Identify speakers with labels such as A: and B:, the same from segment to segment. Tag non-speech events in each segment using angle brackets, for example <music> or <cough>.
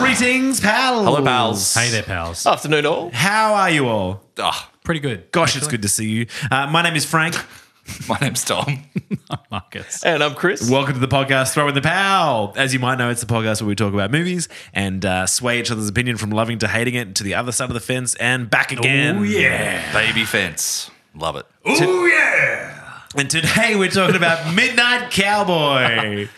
A: Greetings, pals.
B: Hello, pals.
C: Hey there, pals.
B: Afternoon, all.
A: How are you all?
B: Ah,
C: Pretty good.
A: Gosh, it's good to see you. Uh, my name is Frank.
B: my name's Tom.
C: Marcus.
B: and I'm Chris.
A: Welcome to the podcast Throw in the Pal. As you might know, it's the podcast where we talk about movies and uh, sway each other's opinion from loving to hating it to the other side of the fence and back again.
C: Oh, yeah.
B: Baby fence. Love it.
A: Oh yeah! And today we're talking about <laughs> Midnight
C: <laughs>
A: Cowboy.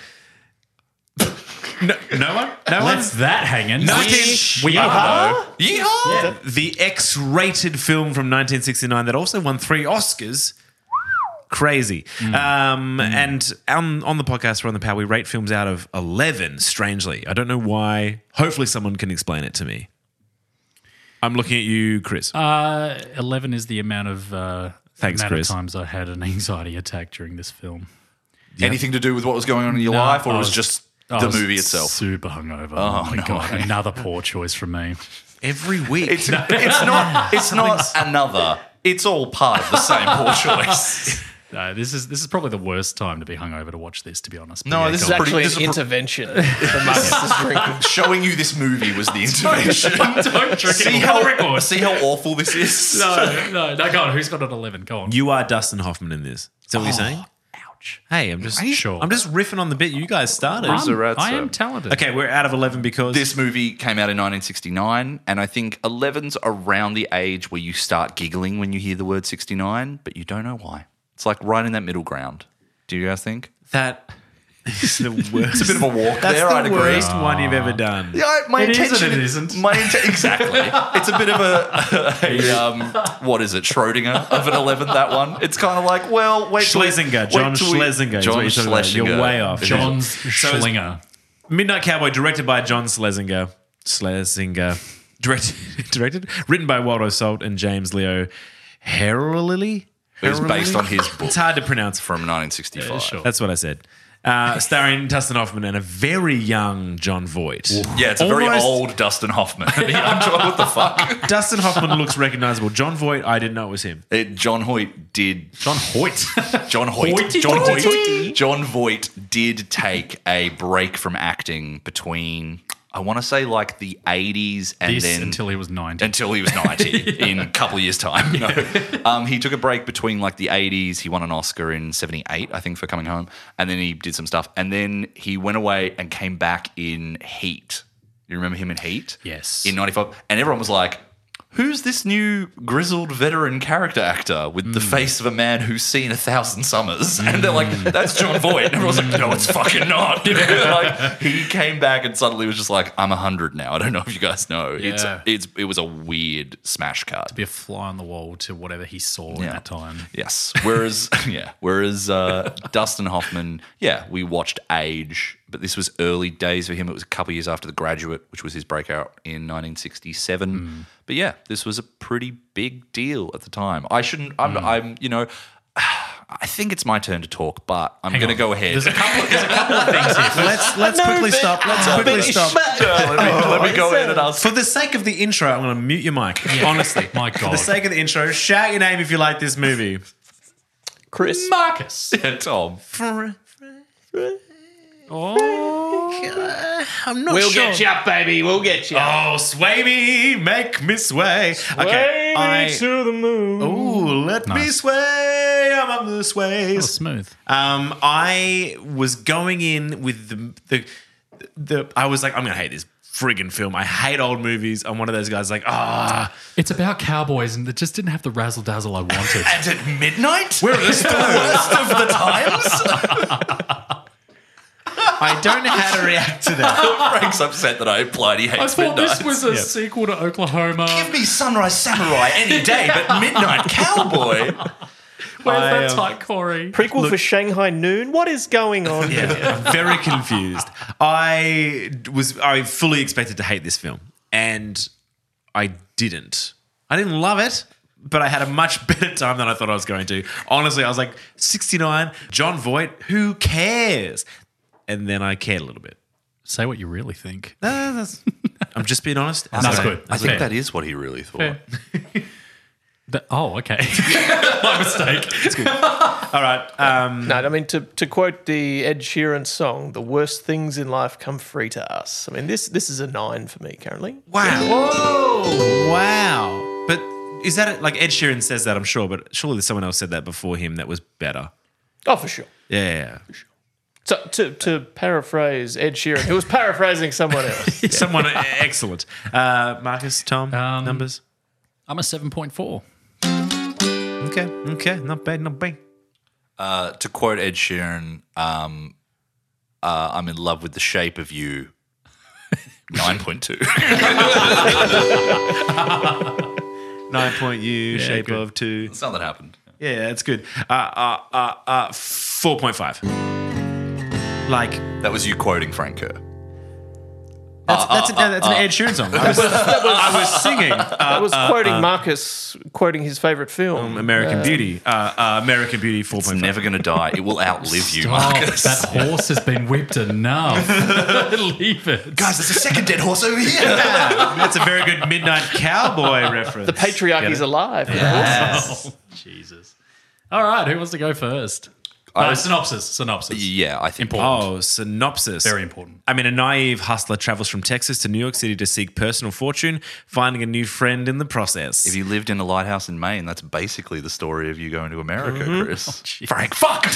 A: no, no one? No
C: What's
A: one's
C: that hanging?
A: Nineteen-
C: We are,
B: Uh-huh. Yeehaw!
C: though.
A: the X-rated film from 1969 that also won three Oscars. Crazy.
B: Hmm.
A: Um, And on, on the podcast, we're on the power. We rate films out of 11, strangely. I don't know why. Hopefully, someone can explain it to me. I'm looking at you, Chris.
C: Uh, 11 is the amount of. Uh,
A: Thanks,
C: amount
A: Chris.
C: of times I had an anxiety attack during this film.
B: Anything to do with what was going on in your life, or
C: I
B: it was
C: was-
B: just
C: I
B: the
C: was
B: movie itself?
C: Super hungover. Oh, my
B: no
C: god!
B: way.
C: Another poor choice from me.
A: Every week.
C: <laughs>
B: It's, it's not. It's not another. It's all part of the same poor choice. <laughs>
C: Uh, this is this is probably the worst time to be hungover to watch this. To be honest. But
B: No,
C: yeah,
B: this
C: go
B: is
D: It's
C: on.
B: pretty-
D: actually
B: this is
D: an
B: a-
D: intervention for <laughs> Marcus's drinking.
B: Showing you this movie was the intervention.
C: <laughs> Don't drink
B: see
C: it.
B: how see how awful this is.
C: <laughs> No, no, no. Go on. Who's got an eleven? Go on.
A: you are Dustin Hoffman in this. Is that what you're saying?
C: Ouch.
A: Hey, I'm just
C: Oh. Are you sure?
A: I'm just riffing on the bit you guys started.
C: I'm-
B: Zeratzo.
C: I am talented.
A: okay, we're out of 11 because
B: This movie came out in 1969, and I think 11's around the age where you start giggling when you hear the word 69, but you don't know why. It's like right in that middle ground. Do you guys think?
A: that <laughs> is the
B: <laughs>
A: worst.
B: It's a bit of a walk
A: That's
B: there,
A: the
B: I'd agree.
A: worst one you've
C: Ah.
A: ever done.
B: Yeah, I- my
C: It is and
B: intention
C: it isn't.
B: My inten- exactly. It's a bit of a,
A: <laughs>
B: a um, what is it, Schrodinger of an eleven. That one. It's kind of like, well, wait. till-
A: Schlesinger,
B: wait
A: John
B: till we-
A: Schlesinger. is
B: John
A: what you're talking about.
B: Schlesinger.
A: You're way off.
C: John's
A: it's-
C: Schlinger.
A: Midnight Cowboy, directed by John Schlesinger. Schlesinger. Directed, <laughs> directed, written by Waldo Salt and James Leo Herlily.
B: It was
A: Herlily?
B: based on his book
A: It's hard to pronounce.
B: from 1965.
C: Yeah, sure.
A: That's what I said. Uh, starring Dustin Hoffman and a very young John Voight.
B: Yeah, it's a very
A: Almost-
B: old Dustin Hoffman. <laughs> yeah, I'm trying, what the fuck?
A: Dustin Hoffman looks recognizable. John Voight, I didn't know it was him.
B: It, Uh, John Hoyt did.
A: John Hoyt.
B: <laughs> John Hoyt.
C: Hoity
B: John
C: toity.
B: Hoyt. John Voight did take a break from acting between, I want to say, like the 80s and
C: This
B: then
C: until he was ninety.
B: until he was 90 in a couple of years' time. No. <laughs> Um, he took a break between like the 80s. He won an Oscar in 78, I think, for Coming Home. And then he did some stuff. And then he went away and came back in Heat. You remember him in Heat?
C: Yes.
B: In 95. And everyone was like, Who's this new grizzled veteran character actor with
C: Hmm.
B: the face of a man who's seen a thousand summers? <laughs> And they're like, that's John Voight. And everyone's like, no, it's fucking not. <laughs> like, he came back and suddenly was just like, I'm 100 now. I don't know if you guys know. It's
C: Yeah.
B: it's it was a weird smash card.
C: be a fly on the wall to whatever he saw in
B: Yeah.
C: that time.
B: Yes. Whereas <laughs> yeah, whereas uh, Dustin Hoffman, yeah, we watched Age, but this was early days for him. It was a couple of years after The Graduate, which was his breakout in 1967.
C: Hmm.
B: But yeah, this was a pretty big deal at the time. I shouldn't. I'm.
C: Hmm.
B: I'm. You know. <sighs> I think it's my turn to talk, but I'm going to go ahead.
C: There's a couple. There's a couple of things here.
A: let's let's quickly stop. Let's quickly stop.
B: <laughs> let, me,
C: <laughs>
B: let me go ahead and ask.
A: For the sake of the intro, I'm going to mute your mic. Honestly.
C: my
A: For the
C: God,
A: sake of the intro, shout your name if you like this movie.
D: Chris.
C: Marcus.
B: Yeah, Tom.
C: Oh,
A: I'm not
D: We'll get you up, baby. We'll get you up.
A: Oh, sway me, make me sway. okay, I,
D: to the moon.
A: ooh, let me sway. I'm on the
C: that was
A: sways.
C: smooth.
B: Uh,
A: Um, I was going in with the, the the I was like, I'm gonna hate this friggin' film. I hate old movies. I'm one of those guys like, ah,
C: It's about cowboys, and it just didn't have the razzle dazzle
B: <laughs>
C: I wanted.
B: And at midnight,
A: we're this
C: <laughs>
B: worst of the times. <laughs>
A: I don't know how to react
B: <laughs>
A: to that.
B: Frank's upset that I implied he hates
C: I thought
B: midnight.
C: this was a sequel to Oklahoma.
B: Give me Sunrise Samurai any day, but Midnight Cowboy.
C: Where's
A: I,
C: that
A: um,
C: tight Corey?
D: Oh, Prequel for Shanghai Noon. What is going on?
A: Yeah, I'm <laughs> very confused. I was I fully expected to hate this film, and I didn't. I didn't love it, but I had a much <laughs> better time than I thought I was going to. Honestly, I was like 69, John Voight, who cares? And then I cared a little bit.
C: Say what you really think.
A: Uh, that's- I'm just being honest.
C: That's
A: I-
C: good.
B: I
C: That's
B: think
C: fair.
B: that is what he really thought.
C: Fair. That- oh, okay. <laughs> My mistake.
A: All right. Um,
D: No, I mean to, to quote the Ed Sheeran song, "The worst things in life come free to us." I mean this this is a nine for me currently.
A: <laughs> wow. Wow. But is that like Ed Sheeran says that? I'm sure, but surely there's someone else said that before him that was better.
D: Oh, for sure.
A: Yeah.
D: So to to paraphrase Ed Sheeran, who was <laughs> paraphrasing someone
A: <laughs>
D: <laughs> else.
A: Someone excellent. Uh, Marcus, Tom,
C: Um,
A: numbers.
C: I'm a 7.4.
A: Okay. Okay. Not bad. Not bad.
B: Uh, to quote Ed Sheeran, um, uh, I'm in love with the shape of you. <laughs> 9.2.
A: 9.U, shape
C: good.
A: of two.
B: <laughs> It's not that happened.
A: Yeah, that's good. Uh, uh, uh, uh, 4.5. Like,
B: That was you quoting Frank Kerr.
A: that's, that's, no, that's an Ed Sheeran song. I was, I was singing uh,
D: I was quoting Marcus quoting his favorite film.
A: American Beauty. Uh, uh, American Beauty 4.5.
B: It's never going to die. It will outlive you,
C: Oh,
B: Marcus.
C: that horse has been whipped enough. Leave
B: <laughs>
C: it.
B: Guys, there's a second dead horse over here.
A: That's a very good Midnight <laughs> Cowboy reference. The
D: Patriarchy's alive.
C: Oh, Jesus. All right, who wants to go first? Uh, synopsis. Synopsis.
B: <laughs> yeah, I think.
C: Important.
A: Oh, synopsis.
C: Very important.
A: I mean, a naive hustler travels from Texas to New York City to seek personal fortune, finding a new friend in the process.
B: If you lived in a lighthouse in Maine, that's basically the story of you going to America, Chris. Mm-hmm. Oh, Frank, fuck!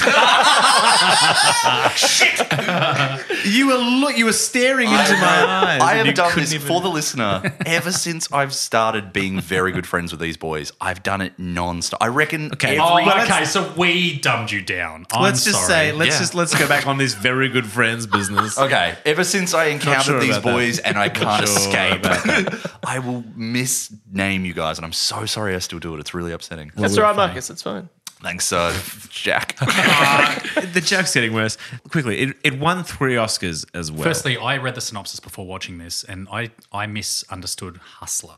A: You were look. You were staring into my eyes.
B: I
A: and you
B: have done
A: couldn't
B: this
A: even-
B: for the listener ever since I've started being very good friends with these boys. I've done it non-stop. I reckon.
A: Okay.
B: every-
C: Oh,
A: Well, let's-
C: okay. So we dumbed you down. I'm
A: Let's just
C: sorry.
A: say. Let's
B: Yeah.
A: just let's go back on this very good friends business.
B: Okay, ever since I encountered
A: sure
B: these
A: about that.
B: boys and I can't
A: sure about
B: escape, <laughs> I will misname you guys, and I'm so sorry I still do it. It's really upsetting.
D: That's all right, Marcus. It's fine.
B: Thanks, uh,
A: <laughs>
B: Jack.
A: the joke's getting worse. Quickly, it, it won three Oscars as well.
C: Firstly, I read the synopsis before watching this, and I I misunderstood hustler.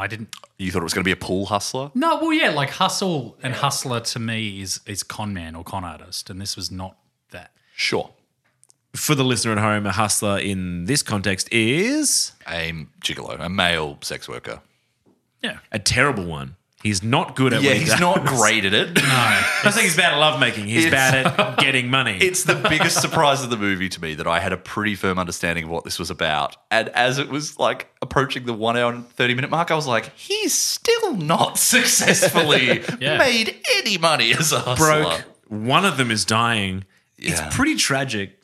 C: I didn't.
B: you thought it was going to be a pool hustler?
C: No, well, yeah, like hustle and hustler to me is is con man or con artist, and this was not that.
B: Sure.
A: for the listener at home, a hustler in this context is
B: A gigolo, a male sex worker.
C: Yeah,
A: a terrible one. He's not good at.
B: Yeah,
A: what he
B: he's
A: does. <laughs>
B: not great at it.
A: I don't think he's bad at lovemaking. He's
B: It's- <laughs>
A: bad at getting money.
B: It's the biggest surprise of the movie to me that I had a pretty firm understanding of what this was about. And as it was like approaching the one hour and 30 minute mark, I was like, he's still not <laughs>
A: <laughs>
B: successfully
C: Yeah.
B: made any money as a hustler.
A: broke. One of them is dying.
B: Yeah.
A: It's pretty tragic.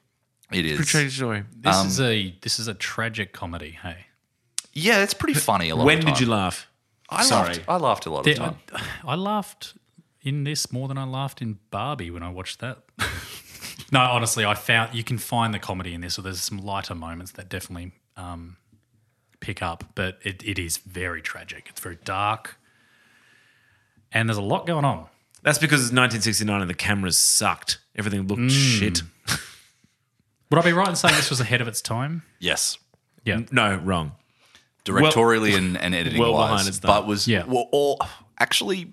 B: It
A: Pretty
B: is.
A: tragic story.
C: this is a this is a tragic comedy. Hey,
B: Yeah, it's pretty funny a lot
A: When
B: of the time.
A: did you laugh?
B: I laughed.
A: Sorry.
B: I laughed a lot of the
C: I,
B: time.
C: I laughed in this more than I laughed in Barbie when I watched that. <laughs> no, honestly, I found you can find the comedy in this. So there's some lighter moments that definitely um, pick up, but it, it is very tragic. It's very dark, and there's a lot going on.
A: That's because it's 1969 and the cameras sucked. Everything looked
B: Mm.
A: shit.
C: Would I be right in saying this was ahead of its time?
B: Yes.
C: Yeah,
A: No, wrong.
B: directorially
A: <laughs>
B: and, and editing
A: well
B: wise,
A: behind its time.
B: but was
C: Yeah.
B: were all actually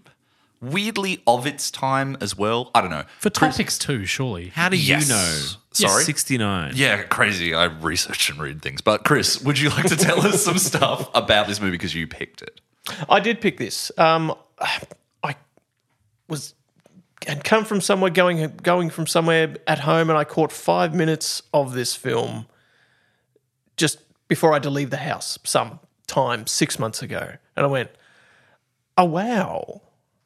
B: weirdly of its time as well. I don't know.
C: for topics too, surely.
A: How do
B: Yes.
A: you know?
B: Sorry.
A: 69.
B: Yeah, crazy. I research and read things. But Chris, would you like to tell us <laughs> some stuff about this movie because you picked it?
D: I did pick this. Um, I was had come from somewhere going going from somewhere at home, and I caught five minutes of this film just before I had to leave the house some time six months ago, and I went, "Oh wow,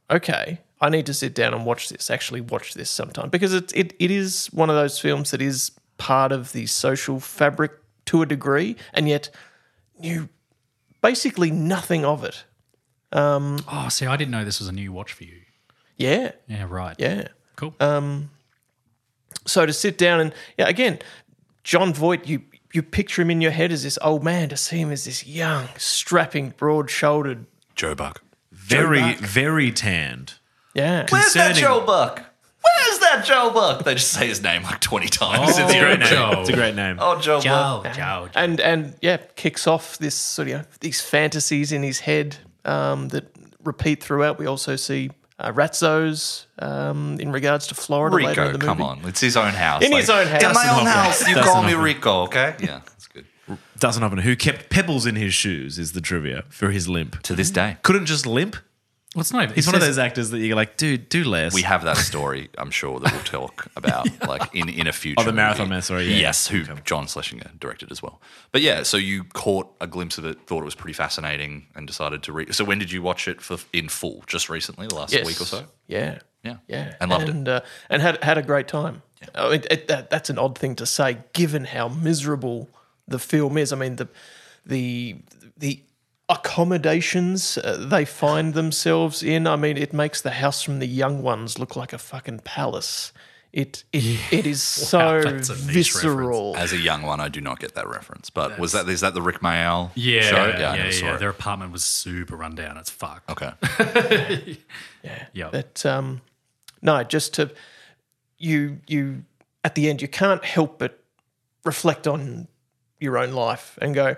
D: okay." I need to sit down and watch this. Actually, watch this sometime because it it, it is one of those films that is part of the social fabric to a degree, and yet knew basically nothing of it.
C: Oh, see, I didn't know this was a new watch for you.
D: Yeah,
C: Yeah, right.
D: yeah.
C: cool.
A: Uh,
D: So to sit down and yeah, again, John Voight, you you picture him in your head as this old man. To see him as this young, strapping, broad-shouldered,
B: Joe Buck.
A: Very, very tanned.
D: yeah,
B: Where's that
A: Concerning-
B: Joe Buck? Where's that Joe Buck? They just say his name like 20 times. Oh, it's a great name.
C: Joe.
A: It's a great name.
B: Oh, Joe, Buck.
C: Joe,
A: uh,
C: Joe, Joe.
D: and and yeah, kicks off this sort of you know, these fantasies in his head um, that repeat throughout. We also see uh, Ratzo's um, in regards to Florida later in
B: Rico,
D: the
B: come
D: movie.
B: on. It's his own house.
D: In his own house.
B: In my
A: Dustin
B: own
A: Hoffman.
B: house, you
A: Dustin
B: call me
A: Hoffman.
B: Rico, okay? Yeah, that's good.
A: Doesn't happen. Who kept pebbles in his shoes is the trivia for his limp.
B: To this day.
A: Couldn't just limp.
C: Well, it's not even.
A: He's
C: it
A: one of
C: says-
A: those actors that you're like, dude, do less.
B: We have
A: <laughs>
B: that story, I'm sure, that we'll talk about like in, in a future.
A: Oh, the Marathon
B: movie.
A: Man story, yeah.
B: Yes, who John Schlesinger directed as well. But yeah, so you caught a glimpse of it, thought it was pretty fascinating, and decided to read. So when did you watch it for in full? Just recently, the last
D: Yes.
B: week or so.
D: Yeah.
B: Yeah,
D: Yeah.
B: and loved it.
D: and, Uh, and had had a great time. I mean, it, that, that's an odd thing to say, given how miserable the film is. I mean, the the the accommodations uh, they find themselves in. I mean, it makes the house from the young ones look like a fucking palace. It it, it
B: <laughs>
D: is so
C: that's a niche
D: visceral.
B: As a young one, I do not get that reference. But was that is that the Rick Mayall?
C: Yeah,
B: show?
C: yeah, yeah.
B: I never saw it.
C: Their apartment was super rundown. It's fucked.
B: Okay,
C: Yeah.
D: But um, no, just to you you at the end you can't help but reflect on your own life and go,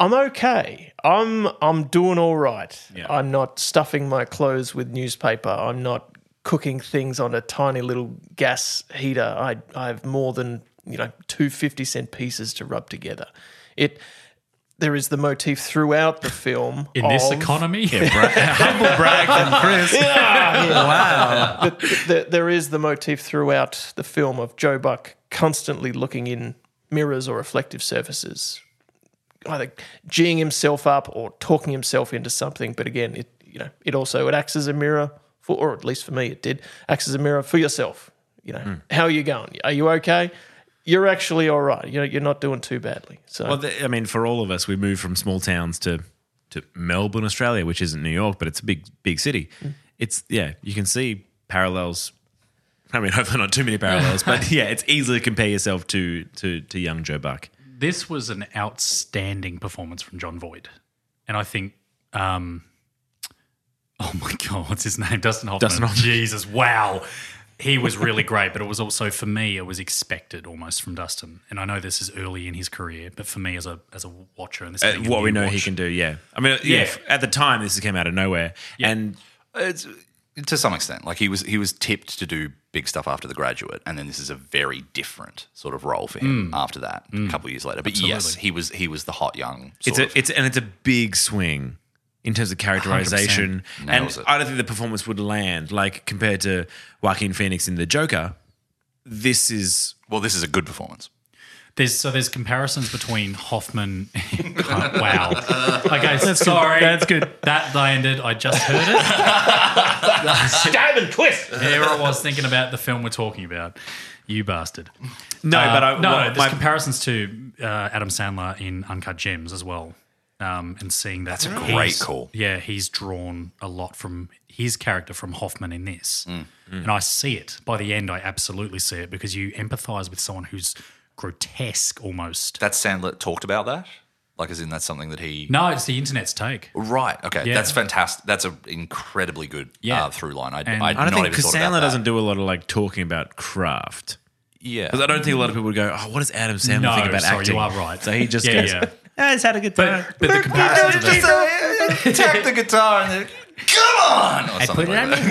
D: I'm okay. I'm I'm doing all right. I'm not stuffing my clothes with newspaper. I'm not cooking things on a tiny little gas heater. I I have more than you know two 50 cent pieces to rub together. It there is the motif throughout the film
C: in this
D: of-
C: economy,
A: <laughs> Humble brag from Chris. Wow.
D: but th- th- there is the motif throughout the film of Joe Buck constantly looking in mirrors or reflective surfaces, either geeing himself up or talking himself into something. But again, it you know it also it acts as a mirror for, or at least for me, it did acts as a mirror for yourself. You know, how are you going? Are you okay? You're actually all right. You know, you're not doing too badly. So
A: Well, the, I mean, for all of us, we moved from small towns to to Melbourne, Australia, which isn't New York, but it's a big big city. It's yeah, you can see parallels. I mean, <laughs> hopefully not too many parallels, but yeah, it's easy to compare yourself to to to young Joe Buck.
C: <laughs> this was an outstanding performance from John Voight, and I think, um, oh my <laughs> god, what's his name? Dustin Hoffman.
A: Dustin Hoffman.
C: Jesus, wow, he was really great. But it was also for me, it was expected almost from Dustin. And I know this is early in his career, but for me as a as a watcher, and this
A: Uh,
C: being a
A: what
C: new
A: we know he
C: watch-
A: can do, yeah. I mean, uh, yeah.
C: Yeah.
A: f- At the time, this came out of nowhere, and
B: it's to some extent like he was he was tipped to do big stuff after the graduate and then this is a very different sort of role for him after that a couple of years later but yes he was he was the hot young sort
A: it's
B: of,
A: a it's and it's a big swing in terms of characterization.
B: 100%.
A: And
B: Nails it.
A: I don't think the performance would land like compared to Joaquin Phoenix in The Joker. This is
B: well this is a good performance
C: There's so there's comparisons between Hoffman. <laughs>
A: <laughs>
C: wow. Okay, sorry.
A: that's good.
C: That landed. I just heard it.
D: stab and twist.
C: There I was thinking about the film we're talking about. You bastard.
A: no,
C: Uh,
A: but I,
C: no,
A: what
C: no, there's
A: my-
C: comparisons to uh, Adam Sandler in Uncut Gems as well, um, and seeing that that's a
B: great call.
C: Yeah, he's drawn a lot from his character from Hoffman in this, and I see it by the end. I absolutely see it because you empathise with someone who's grotesque almost.
B: that sandler talked about that like as in that's something that he
C: No, it's the internet's take.
B: right okay
C: Yeah.
B: that's fantastic that's an incredibly good
C: Yeah.
B: uh, through line i,
C: And-
B: I,
C: I
B: not
A: I don't think
B: even
A: because
B: thought about
A: Sandler
B: that.
A: doesn't do a lot of like talking about craft.
B: yeah <laughs>
A: Because I don't think a lot of people would go, "Oh, what does Adam Sandler
C: No,
A: think about
C: sorry,
A: acting?"
C: you are right.
A: So he just
C: Yeah,
A: goes,
C: yeah.
A: "Ah, he's had a good time."
C: But, but the
B: <laughs>
C: comparisons are there.
B: attack the guitar and then, come on or something like that.
A: <laughs>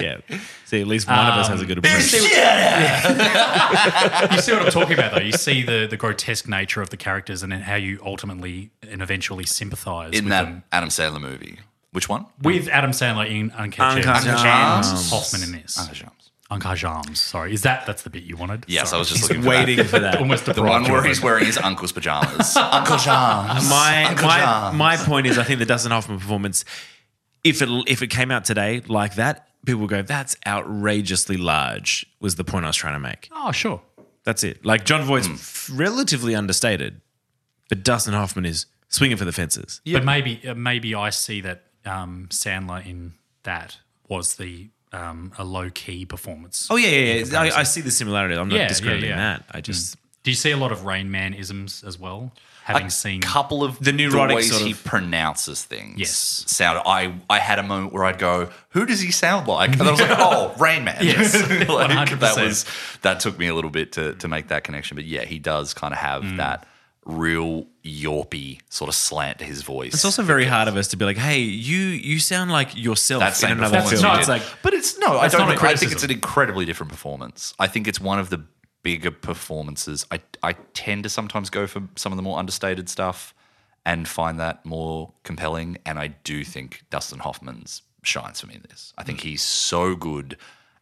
B: <laughs>
A: yeah. See, at least one of us has a good approach.
C: you see what I'm talking about, though. You see the, the grotesque nature of the characters and then how you ultimately and eventually sympathise with
B: in that
C: them.
B: adam sandler movie which one
C: With Adam Sandler in Uncut Gems
A: Uncut
C: and
A: Gems.
C: Hoffman in this.
B: Uncut Gems.
C: Uncut Gems. Sorry, is that that's the bit you wanted?
B: yes i
C: Sorry.
B: was just looking for that.
A: <laughs> Waiting for that.
B: <laughs>
C: almost
B: The one where he's wearing his uncle's pajamas. <laughs> Uncle John's.
A: my
B: Uncle
A: my,
B: John's.
A: my point is, I think the Dustin Hoffman performance, if it if it came out today like that, people would go, "That's outrageously large." Was the point I was trying to make?
C: Oh, sure.
A: That's it. Like John Voight's
B: Hmm.
A: f- relatively understated, but Dustin Hoffman is swinging for the fences.
C: But maybe uh, maybe I see that um, Sandler in that was the um, a low key performance.
A: Oh yeah, yeah, yeah. I, I see the similarity. I'm not
C: Yeah, yeah,
A: discrediting
C: yeah. Hmm.
A: that. I just
C: Do you see a lot of Rain Man isms as well? Having seen
B: couple of
A: The neurotic
B: ways
A: sort
B: he
A: of-
B: pronounces things.
C: Yes.
B: Sound I I had a moment where I'd go, who does he sound like? And I was like,
A: <laughs>
B: oh, Rain Man. <laughs>
C: Yes.
B: Like,
C: 100%.
B: that was that took me a little bit to to make that connection. But yeah, he does kind of have
A: Mm.
B: that real yorpy sort of slant to his voice.
A: It's also very hard of us to be like, "Hey, you you sound like yourself
B: that
A: in
B: same
A: another
B: performance.
A: film."
C: That's- no,
B: he
C: it's
B: did.
C: like-
B: but it's no. I
C: That's
B: don't.
C: not a
B: Think, I think
C: criticism.
B: it's an incredibly different performance. I think it's one of the bigger performances. I I tend to sometimes go for some of the more understated stuff, and find that more compelling. And I do think Dustin Hoffman's shines for me in this. I
C: Mm.
B: think he's so good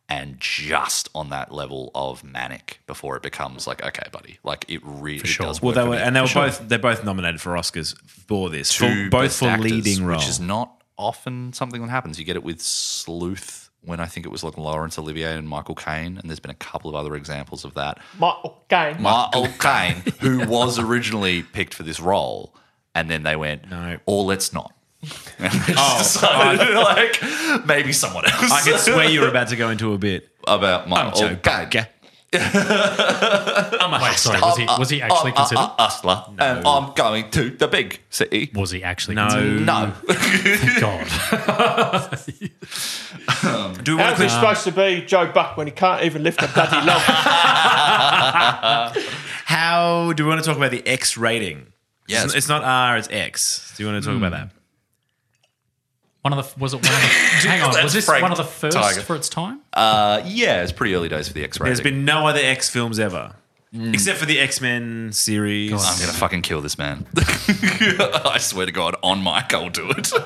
B: and just on that level of manic before it becomes like, okay, buddy, like it really does.
A: Well,
B: work
A: they
B: for
A: were,
B: me.
A: and they were both they're both nominated for Oscars for this, for,
B: Two
A: both
B: best
A: for
B: actors,
A: leading role.
B: which is not often something that happens. You get it with Sleuth when I think it was like Laurence Olivier and Michael Caine, and there's been a couple of other examples of that.
D: My, okay.
B: Michael Caine, who was originally picked for this role, and then they went,
A: No. Oh,
B: or let's not. <laughs> And they just decided, <laughs> like maybe someone else
A: I
B: <laughs>
A: can swear you're about to go into a bit.
B: about Michael Caine.
C: Wait, sorry, was he, was he actually
B: I'm
C: considered?
B: a Uh, hustler, and I'm going to the big city.
C: was he actually considered?
A: No.
B: No, <laughs>
C: God.
A: Do we want
D: How's he
A: to
D: supposed to be Joe Buck when he can't even lift a bloody lump?
A: how do we want to talk about the X rating?
B: Yes. Hmm.
A: It's, it's not R, it's X. Do you want to talk about that?
C: One of the was it one of the,
B: <laughs>
C: hang on,
B: That's
C: was this
B: Frank
C: one of the first
B: Tiger.
C: for its time?
B: uh, yeah, it's pretty early days for the X rating.
A: There's been no other X films ever. Except for the X Men series.
B: Hmm. I'm gonna fucking kill this man. <laughs> I swear to God, on mic I'll do it. <laughs>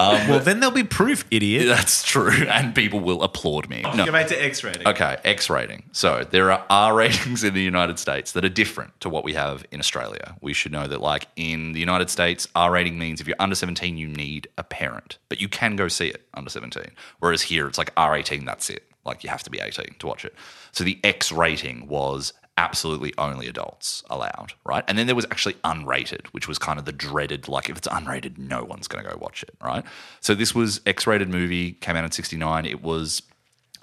A: Oh, Well, then there'll be proof, idiot.
B: That's true, and people will applaud me.
A: Go
B: No.
A: back to X rating.
B: Okay, X rating. So there are R <laughs> ratings in the United States that are different to what we have in Australia. We should know that, like in the United States, R rating means if you're under 17, you need a parent, but you can go see it under 17. Whereas here, it's like R18, that's it. Like you have to be 18 to watch it. So the X rating was absolutely only adults allowed, right? And then there was actually unrated, which was kind of the dreaded, like if it's unrated, no one's going to go watch it, right? So this was X rated movie, came out in 69. It was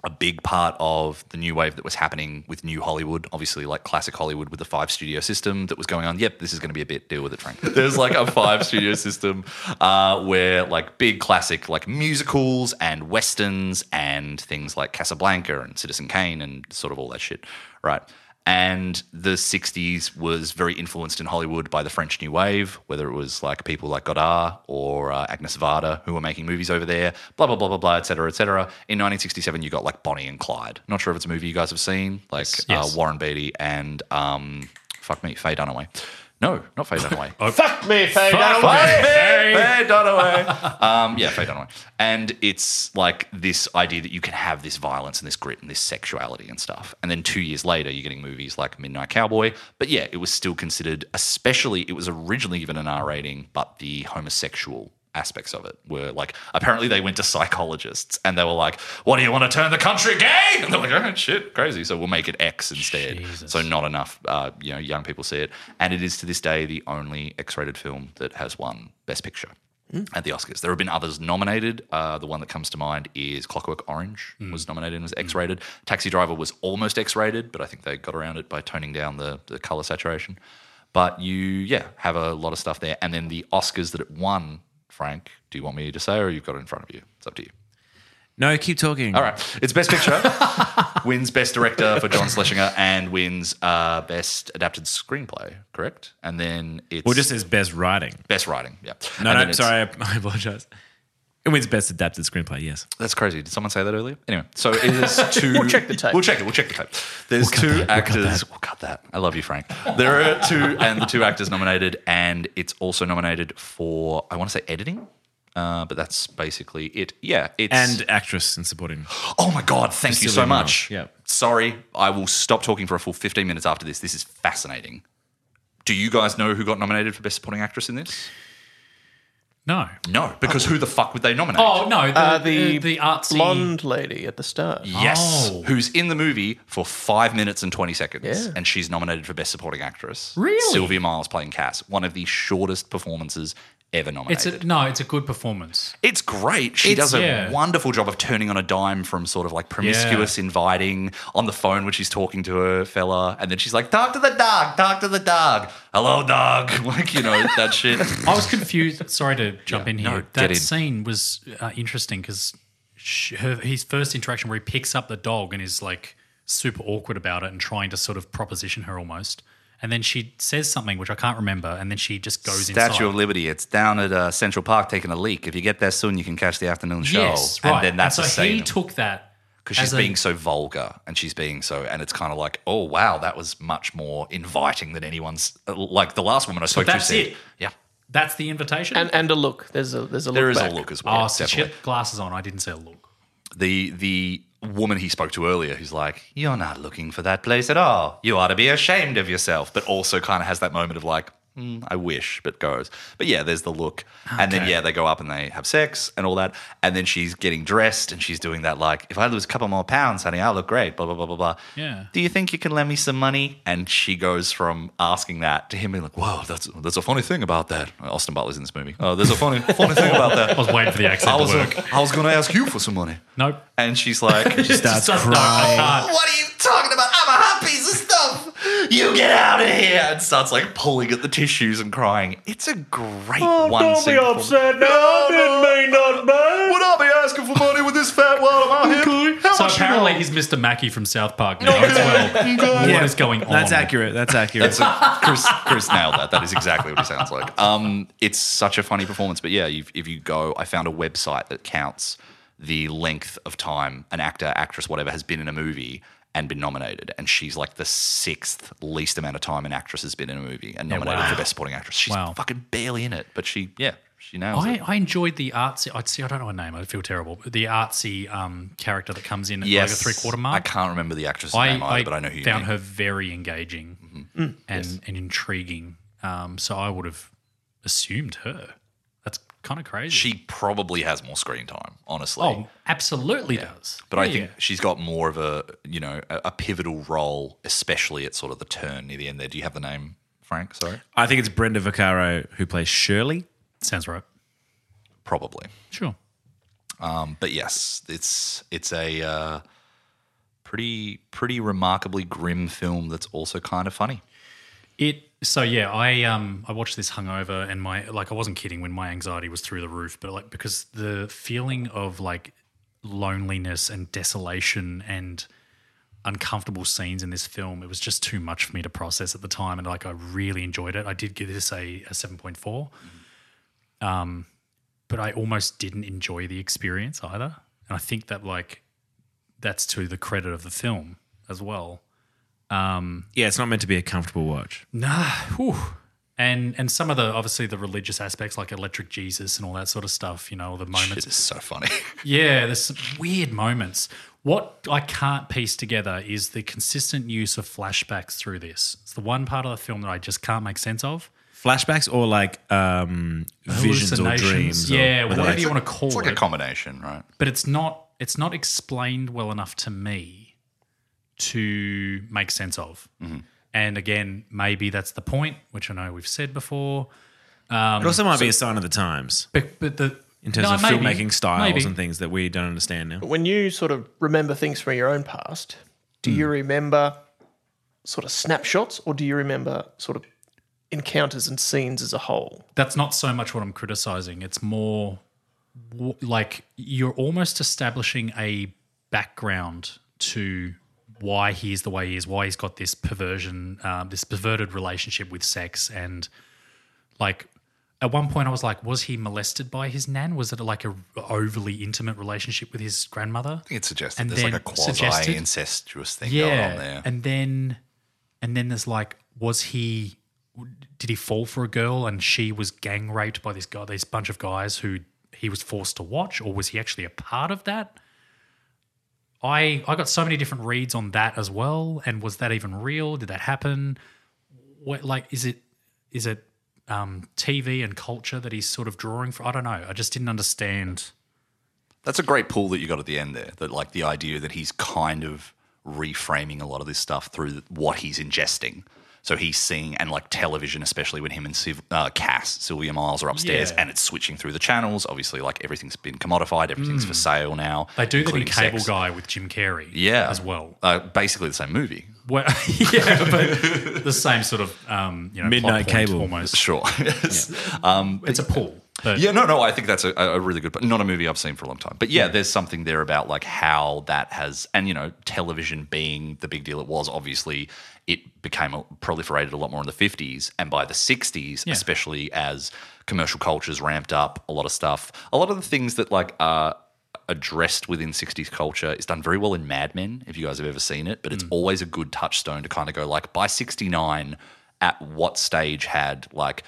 B: a big part of the new wave that was happening with new Hollywood, obviously like classic Hollywood with the five studio system that was going on. Yep, this is going to be a bit. Deal with it, Frank. <laughs> There's like a five studio system uh, where like big classic like musicals and westerns and things like Casablanca and Citizen Kane and sort of all that shit, right? And the 60s was very influenced in Hollywood by the French New Wave, whether it was like people like Godard or uh, Agnes Varda who were making movies over there, blah, blah, blah, blah, blah, et cetera, et cetera. In 1967, you got like Bonnie and Clyde. Not sure if it's a movie you guys have seen, like
C: yes.
B: Uh, Warren Beatty and, um, fuck me, Faye Dunaway. No, not
C: <laughs>
B: Faye Dunaway.
D: Fuck me, Faye. Dunaway.
B: Faye, Faye
C: <laughs>
B: Dunaway. um, yeah, Faye Dunaway. And it's like this idea that you can have this violence and this grit and this sexuality and stuff. And then two years later, you're getting movies like Midnight Cowboy. But yeah, it was still considered, especially, it was originally given an R rating, but the homosexual aspects of it were like apparently they went to psychologists and they were like what do you want to turn the country gay and they're like oh shit crazy so we'll make it x instead so not enough uh, you know young people see it and it is to this day the only x-rated film that has won best picture at the oscars there have been others nominated uh, the one that comes to mind is clockwork orange
A: Mm.
B: was nominated and was x-rated taxi driver was almost x-rated but i think they got around it by toning down the, the color saturation but you yeah have a lot of stuff there and then the oscars that it won frank do you want me to say or you've got it in front of you it's up to you
A: No, keep talking.
B: all right it's best
A: <laughs>
B: picture wins best director for john schlesinger and wins uh, best adapted screenplay correct and then it's
A: Well, it just says best writing.
B: best writing yeah
A: No,
B: And then
A: no,
B: it's-
A: sorry, I, <laughs> I apologize. It wins best adapted screenplay, yes.
B: That's crazy. Did someone say that earlier? Anyway, so it is two. we'll
D: check the tape.
B: We'll check it. We'll check the tape. There's two actors. We'll cut, that. I love you, Frank. There are two, and the two actors nominated, and it's also nominated for I want to say editing, uh, but that's basically it. Yeah, it's
A: And actress and supporting.
B: oh my god, thank you so
A: Priscilla
B: much.
A: Miller. Yeah.
B: Sorry, I will stop talking for a full 15 minutes after this. This is fascinating. Do you guys know who got nominated for best supporting actress in this?
C: No.
B: No, because who the fuck would they nominate?
C: Oh no, the
D: Uh,
C: the,
D: the,
C: the artsy
D: blonde lady at the start.
B: Yes,
C: Oh.
B: who's in the movie for five minutes and 20 seconds.
D: Yeah.
B: And she's nominated for Best Supporting Actress.
C: Really?
B: Sylvia Miles playing Cass, one of the shortest performances ever nominated.
C: It's a, no, it's a good performance.
B: It's great. She does a
C: yeah.
B: wonderful job of turning on a dime from sort of like promiscuous, inviting on the phone when she's talking to her fella. And then she's like, talk to the dog, talk to the dog. Hello, dog. <laughs> Like, you know, that
C: <laughs>
B: shit.
C: I was confused. <laughs> Sorry to jump in here.
B: no,
C: that
B: get in.
C: scene was uh, interesting because her his first interaction where he picks up the dog and is like super awkward about it and trying to sort of proposition her almost, and then she says something which I can't remember, and then she just goes
B: Statue
C: inside.
B: of Liberty. It's down at uh, Central Park taking a leak. If you get there soon, you can catch the afternoon show.
C: yes, right.
B: And then that's
C: and
B: a
C: so
B: scene.
C: he took that
B: because she's
C: As a-
B: being so vulgar and she's being so, and it's kind of like, oh wow, that was much more inviting than anyone's. Like the last woman I spoke
C: that's
B: to said,
C: it.
B: yeah,
C: That's the invitation.
D: And and a look. There's a there's a look.
B: there is
D: back.
B: a look as well.
C: oh, so she
B: definitely.
C: had glasses on. I didn't say a look.
B: the the woman he spoke to earlier who's like you're not looking for that place at all you ought to be ashamed of yourself but also kind of has that moment of like "Hmm, i wish but goes but yeah there's the look and then yeah they go up and they have sex and all that and then she's getting dressed and she's doing that like if i lose a couple more pounds honey i'll look great blah blah blah blah blah
C: Yeah.
B: do you think you can lend me some money and she goes from asking that to him being like wow that's there's a funny thing about that austin butler's in this movie oh there's a funny funny thing about
C: <laughs> I
B: that
C: was waiting for
B: <laughs>
C: the
B: I
C: accent
B: was,
C: to work.
B: I was going to ask you for some money. <laughs>
C: Nope.
B: And she's like,
A: Starts
C: Just- no,
A: crying.
C: I can't.
B: What are you talking about? I'm a hot piece of stuff. You get out of here. And starts like pulling at the tissues and crying. It's a great one. scene performance.
D: No, I didn't mean nothing bad.
B: Would I be asking for money with this fat wad on my hip? How
C: So
B: much you
C: apparently
B: want?
C: he's Mr. Mackey from South
B: <laughs>
C: Park now as well. What is going on?
A: That's accurate. That's accurate.
B: Chris, Chris nailed that. That is exactly what he sounds like. Um, it's such a funny performance. But yeah, you've, if you go, I found a website that counts the length of time an actor, actress, whatever has been in a movie and been nominated. And she's like the sixth least amount of time an actress has been in a movie and nominated
C: wow.
B: for best supporting actress. She's
C: Wow.
B: fucking barely in it, but she, yeah, she nails
C: I,
B: it.
C: I enjoyed the artsy. I'd see. I don't know her name. I feel terrible. But the artsy um, character that comes in at like a three quarter mark.
B: I can't remember the actress's
C: I,
B: name either, but I know who you
C: found
B: mean. Mm-hmm.
C: her very engaging and, and intriguing. Um, so I would have assumed her. That's kind of crazy.
B: She probably has more screen time, honestly.
C: oh, absolutely does.
B: But I
C: Yeah,
B: think she's got more of a you know a, a pivotal role, especially at sort of the turn near the end. There, do you have the name Frank? Sorry,
A: I think it's Brenda Vaccaro who plays Shirley.
C: yeah. sounds right.
B: probably.
C: Sure.
B: Um, but yes, it's it's a uh, pretty pretty remarkably grim film that's also kind of funny.
C: It so yeah, I um I watched this hungover and my like I wasn't kidding when my anxiety was through the roof, but like because the feeling of like loneliness and desolation and uncomfortable scenes in this film, it was just too much for me to process at the time and like I really enjoyed it. I did give this a, a 7.4. Um but I almost didn't enjoy the experience either. And I think that like that's to the credit of the film as well.
A: Yeah, it's not meant to be a comfortable watch.
C: Nah. whew. And and some of the obviously the religious aspects like electric Jesus and all that sort of stuff, you know, all the
B: It
C: moments.
B: is so funny. <laughs>
C: Yeah, there's some weird moments. What I can't piece together is the consistent use of flashbacks through this. It's the one part of the film that I just can't make sense of.
A: Flashbacks or like um, visions or
C: Hallucinations,
A: dreams. or-
C: yeah,
A: or
C: whatever
A: like-
C: you want to call
B: it's like
C: it.
B: a combination, right?
C: but it's not it's not explained well enough to me to make sense of. And again, maybe that's the point, which I know we've said before.
A: It also might be a sign of the times
C: But, but the
A: in terms of filmmaking styles and things that we don't understand now.
D: When you sort of remember things from your own past, do you remember sort of snapshots or do you remember sort of encounters and scenes as a whole?
C: that's not so much what I'm criticizing. It's more w- like you're almost establishing a background to why he is the way he is, why he's got this perversion, um, this perverted relationship with sex, and like at one point I was like, was he molested by his nan? Was it like a overly intimate relationship with his grandmother?
B: I think it's suggested
C: And
B: there's like
C: then
B: a quasi
C: suggested-
B: incestuous thing going
C: yeah
B: on there.
C: and then and then there's like was he did he fall for a girl and she was gang raped by this guy this bunch of guys who he was forced to watch or was he actually a part of that i i got so many different reads on that as well and was that even real did that happen what like is it is it um, TV and culture that he's sort of drawing from. I don't know. I just didn't understand.
B: That's a great pull that you got at the end there. That like the idea that he's kind of reframing a lot of this stuff through what he's ingesting. So he's seeing and like television, especially when him and Siv, uh, Cass, Sylvia Miles are upstairs,
C: Yeah.
B: and it's switching through the channels. Obviously, like everything's been commodified, everything's for sale now.
C: Mm. They do that in
B: including
C: Cable
B: sex.
C: Guy with Jim Carrey,
B: yeah,
C: as well.
B: Uh, basically the same movie.
C: Well, <laughs> yeah, but the same sort of um, you know
A: Midnight
C: plot point
A: Cable.
C: almost.
B: Sure. <laughs> Yes.
C: It's a pull. But
B: Yeah, no, no. I think that's a, a really good, but not a movie I've seen for a long time. But yeah, there's something there about like how that has, and you know, television being the big deal it was. Obviously, it became a, proliferated a lot more in the 50s, and by the 60s, especially as commercial cultures ramped up, a lot of stuff, a lot of the things that like uh, are addressed within 60s culture. It's done very well in Mad Men, if you guys have ever seen it, but
A: Mm.
B: it's always a good touchstone to kind of go like by 69, at what stage had like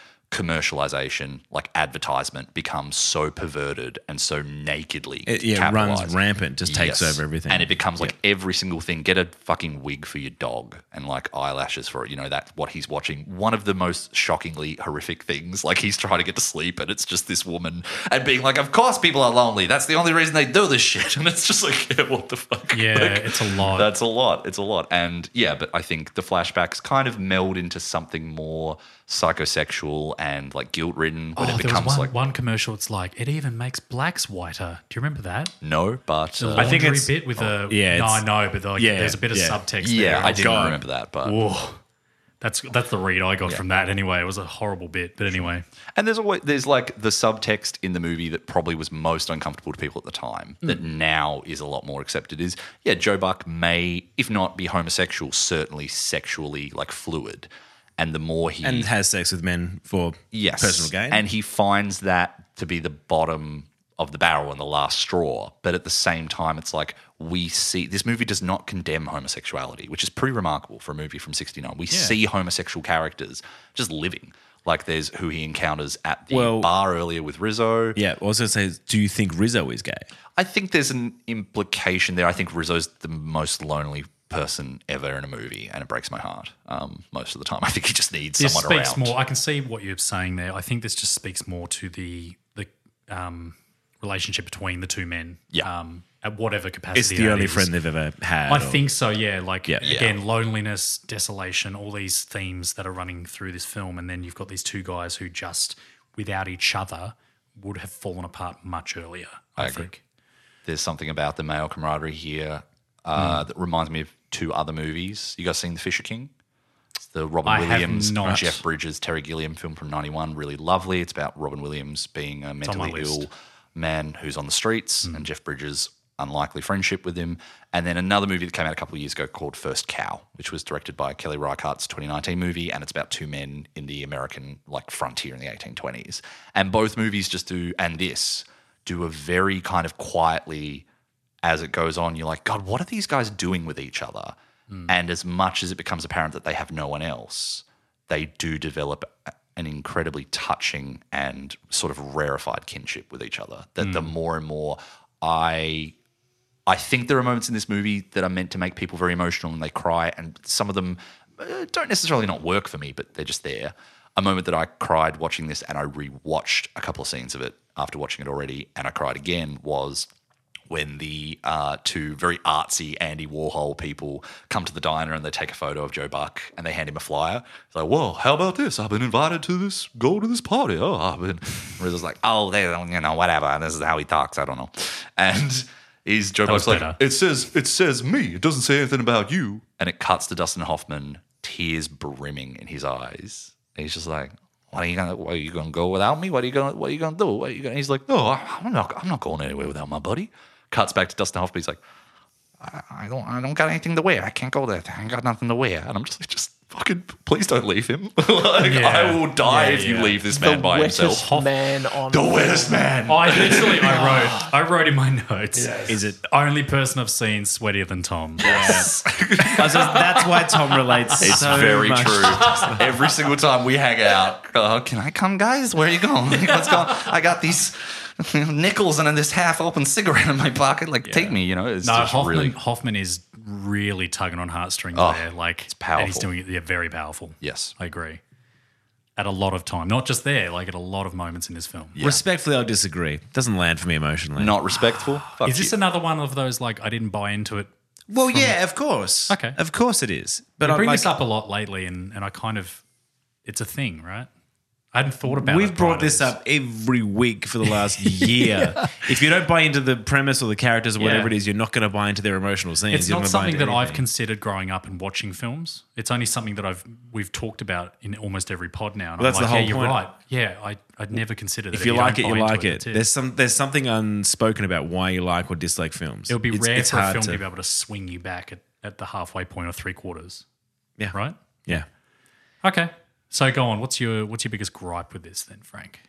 B: commercialization, like advertisement become so perverted and so nakedly
A: It, yeah, runs
B: capitalized?
A: rampant, just takes
B: Yes.
A: over everything.
B: And it becomes like every single thing. Get a fucking wig for your dog and like eyelashes for it. You know, that's what he's watching. One of the most shockingly horrific things. Like he's trying to get to sleep and it's just this woman and being like, Of course people are lonely. That's the only reason they do this shit. <laughs> And it's just like, yeah, what the fuck?
C: Yeah,
B: Like,
C: it's a lot.
B: That's a lot. It's a lot. And yeah, but I think the flashbacks kind of meld into something more psychosexual and like guilt ridden when
C: oh,
B: it
C: there was
B: becomes
C: one,
B: like
C: one commercial. It's like it even makes blacks whiter. Do you remember that?
B: no, but
C: The
B: uh,
A: I think
C: laundry
A: it's- oh,
C: bit with the
A: yeah,
C: No, I
A: it's-
C: know, but like,
A: yeah,
C: there's a bit of
A: yeah.
C: subtext.
B: yeah,
C: there.
B: I didn't
A: God.
B: remember that, but
C: Whoa. That's that's the read I got from that. Anyway, it was a horrible bit. But anyway,
B: And there's always there's like the subtext in the movie that probably was most uncomfortable to people at the time that now is a lot more accepted is yeah, Joe Buck may, if not be homosexual, certainly sexually like fluid. And the more he
A: and has sex with men for
B: yes,
A: personal gain.
B: And he finds that to be the bottom of the barrel and the last straw. But at the same time, it's like we see this movie does not condemn homosexuality, which is pretty remarkable for a movie from 69. We see homosexual characters just living. Like there's who he encounters at the
A: Well-
B: bar earlier with Rizzo.
A: yeah, I was going to say, do you think Rizzo is gay?
B: I think there's an implication there. I think Rizzo's the most lonely person ever in a movie, and it breaks my heart um, most of the time. I think he just needs
C: this
B: someone
C: speaks
B: around.
C: more. I can see what you're saying there. I think this just speaks more to the the um, relationship between the two men.
B: Yeah.
C: Um, at whatever capacity.
A: It's the
C: that
A: only
C: is.
A: friend they've ever had.
C: I
A: or-
C: think so. Yeah. Like
A: Yeah.
C: again, loneliness, desolation, all these themes that are running through this film, and then you've got these two guys who just without each other would have fallen apart much earlier. I,
B: agree.
C: think.
B: there's something about the male camaraderie here uh,
C: Hmm.
B: that reminds me of two other movies. You guys seen The Fisher King? It's the Robin
C: I have
B: Williams,
C: not.
B: Jeff Bridges, Terry Gilliam film from '91. Really lovely. It's about Robin Williams being a
C: on my
B: mentally
C: list. Mm.
B: ill man who's on the streets, and Jeff Bridges' unlikely friendship with him. And then another movie that came out a couple of years ago called First Cow, which was directed by Kelly Reichardt's 2019 movie, and it's about two men in the American like frontier in the 1820s. And both movies just do, and this do a very kind of quietly as it goes on, you're like, God, what are these guys doing with each other?
C: Mm.
B: And as much as it becomes apparent that they have no one else, they do develop a- an incredibly touching and sort of rarefied kinship with each other. That the more and more I I think there are moments in this movie that are meant to make people very emotional and they cry, and some of them uh, don't necessarily not work for me, but they're just there. A moment that I cried watching this, and I rewatched a couple of scenes of it after watching it already, and I cried again was when the uh, two very artsy Andy Warhol people come to the diner and they take a photo of Joe Buck and they hand him a flyer. It's like, "Whoa, how about this? I've been invited to this, go to this party. Oh, I've been." Rizzo's like, "Oh, they, don't- you know, whatever. This is how he talks. I don't know." And he's Joe Buck's
C: was
B: like,
C: better.
B: "It says, it says me. It doesn't say anything about you." And it cuts to Dustin Hoffman, tears brimming in his eyes. And he's just like. What are you gonna? What are you gonna go without me? What are you gonna? What are you gonna do? What are you gonna? He's like, no, I- I'm not. I'm not going anywhere without my buddy. Cuts back to Dustin Hoffman. He's like, I don't I don't got anything to wear. I can't go there. I ain't got nothing to wear. And I'm just like, just fucking please don't leave him. <laughs> like I
C: Yeah.
B: will die
C: Yeah,
B: if you
C: yeah.
B: leave this
D: The
B: man by
D: wettest
B: himself.
D: man on
B: The wettest man.
C: I literally, I wrote, I wrote in my notes.
A: Is it?
C: Only person I've seen sweatier than Tom. <laughs>
A: I was just- that's why Tom relates.
B: It's
A: so
B: very
A: much.
B: true. Every single time we hang out, uh, can I come, guys? Where are you going? <laughs> Let's go. I got these nickels and then this half-open cigarette in my pocket. Like, take me. You know, it's
C: No,
B: just
C: Hoffman,
B: really
C: Hoffman is really tugging on heartstrings
B: Oh,
C: there. Like it's And he's
B: powerful.
C: doing it. Yeah, very powerful.
B: yes.
C: I agree. At a lot of time, not just there, like at a lot of moments in this film.
A: Respectfully, I'll disagree. Doesn't land for me emotionally.
B: Not respectful. Fuck
C: Is this
B: you.
C: another one of those like I didn't buy into it?
A: Well, yeah, of course.
C: Okay.
A: Of course it is. But
C: I
A: I'm
C: bring
A: like,
C: this up a lot lately, and and I kind of it's a thing, right? I hadn't thought about.
A: We've
C: it prior
A: brought
C: to
A: this up every week for the last
C: <laughs>
A: year. If you don't buy into the premise or the characters or whatever it
C: Yeah.
A: is, you're not going to buy into their emotional scenes.
C: It's
A: You're
C: not
A: gonna buy
C: something
A: into
C: that I've
A: anything.
C: considered growing up and watching films. It's only something that I've we've talked about in almost every pod now. And
A: Well, that's
C: I'm
A: the
C: like,
A: whole
C: yeah, you're
A: point.
C: right. Yeah, I I'd never considered that.
A: If you like it,
C: don't
A: you
C: buy into
A: like it.
C: that's
A: There's some. There's something unspoken about why you like or dislike films.
C: It would be
A: It's-
C: rare
A: it's
C: for a
A: hard
C: film to,
A: to-
C: be able to swing you back at, at the halfway point or three quarters.
A: Yeah.
C: Right?
A: Yeah.
C: Okay. So go
A: Hmm. <laughs>
C: on. What's your what's your biggest gripe with this then, Frank?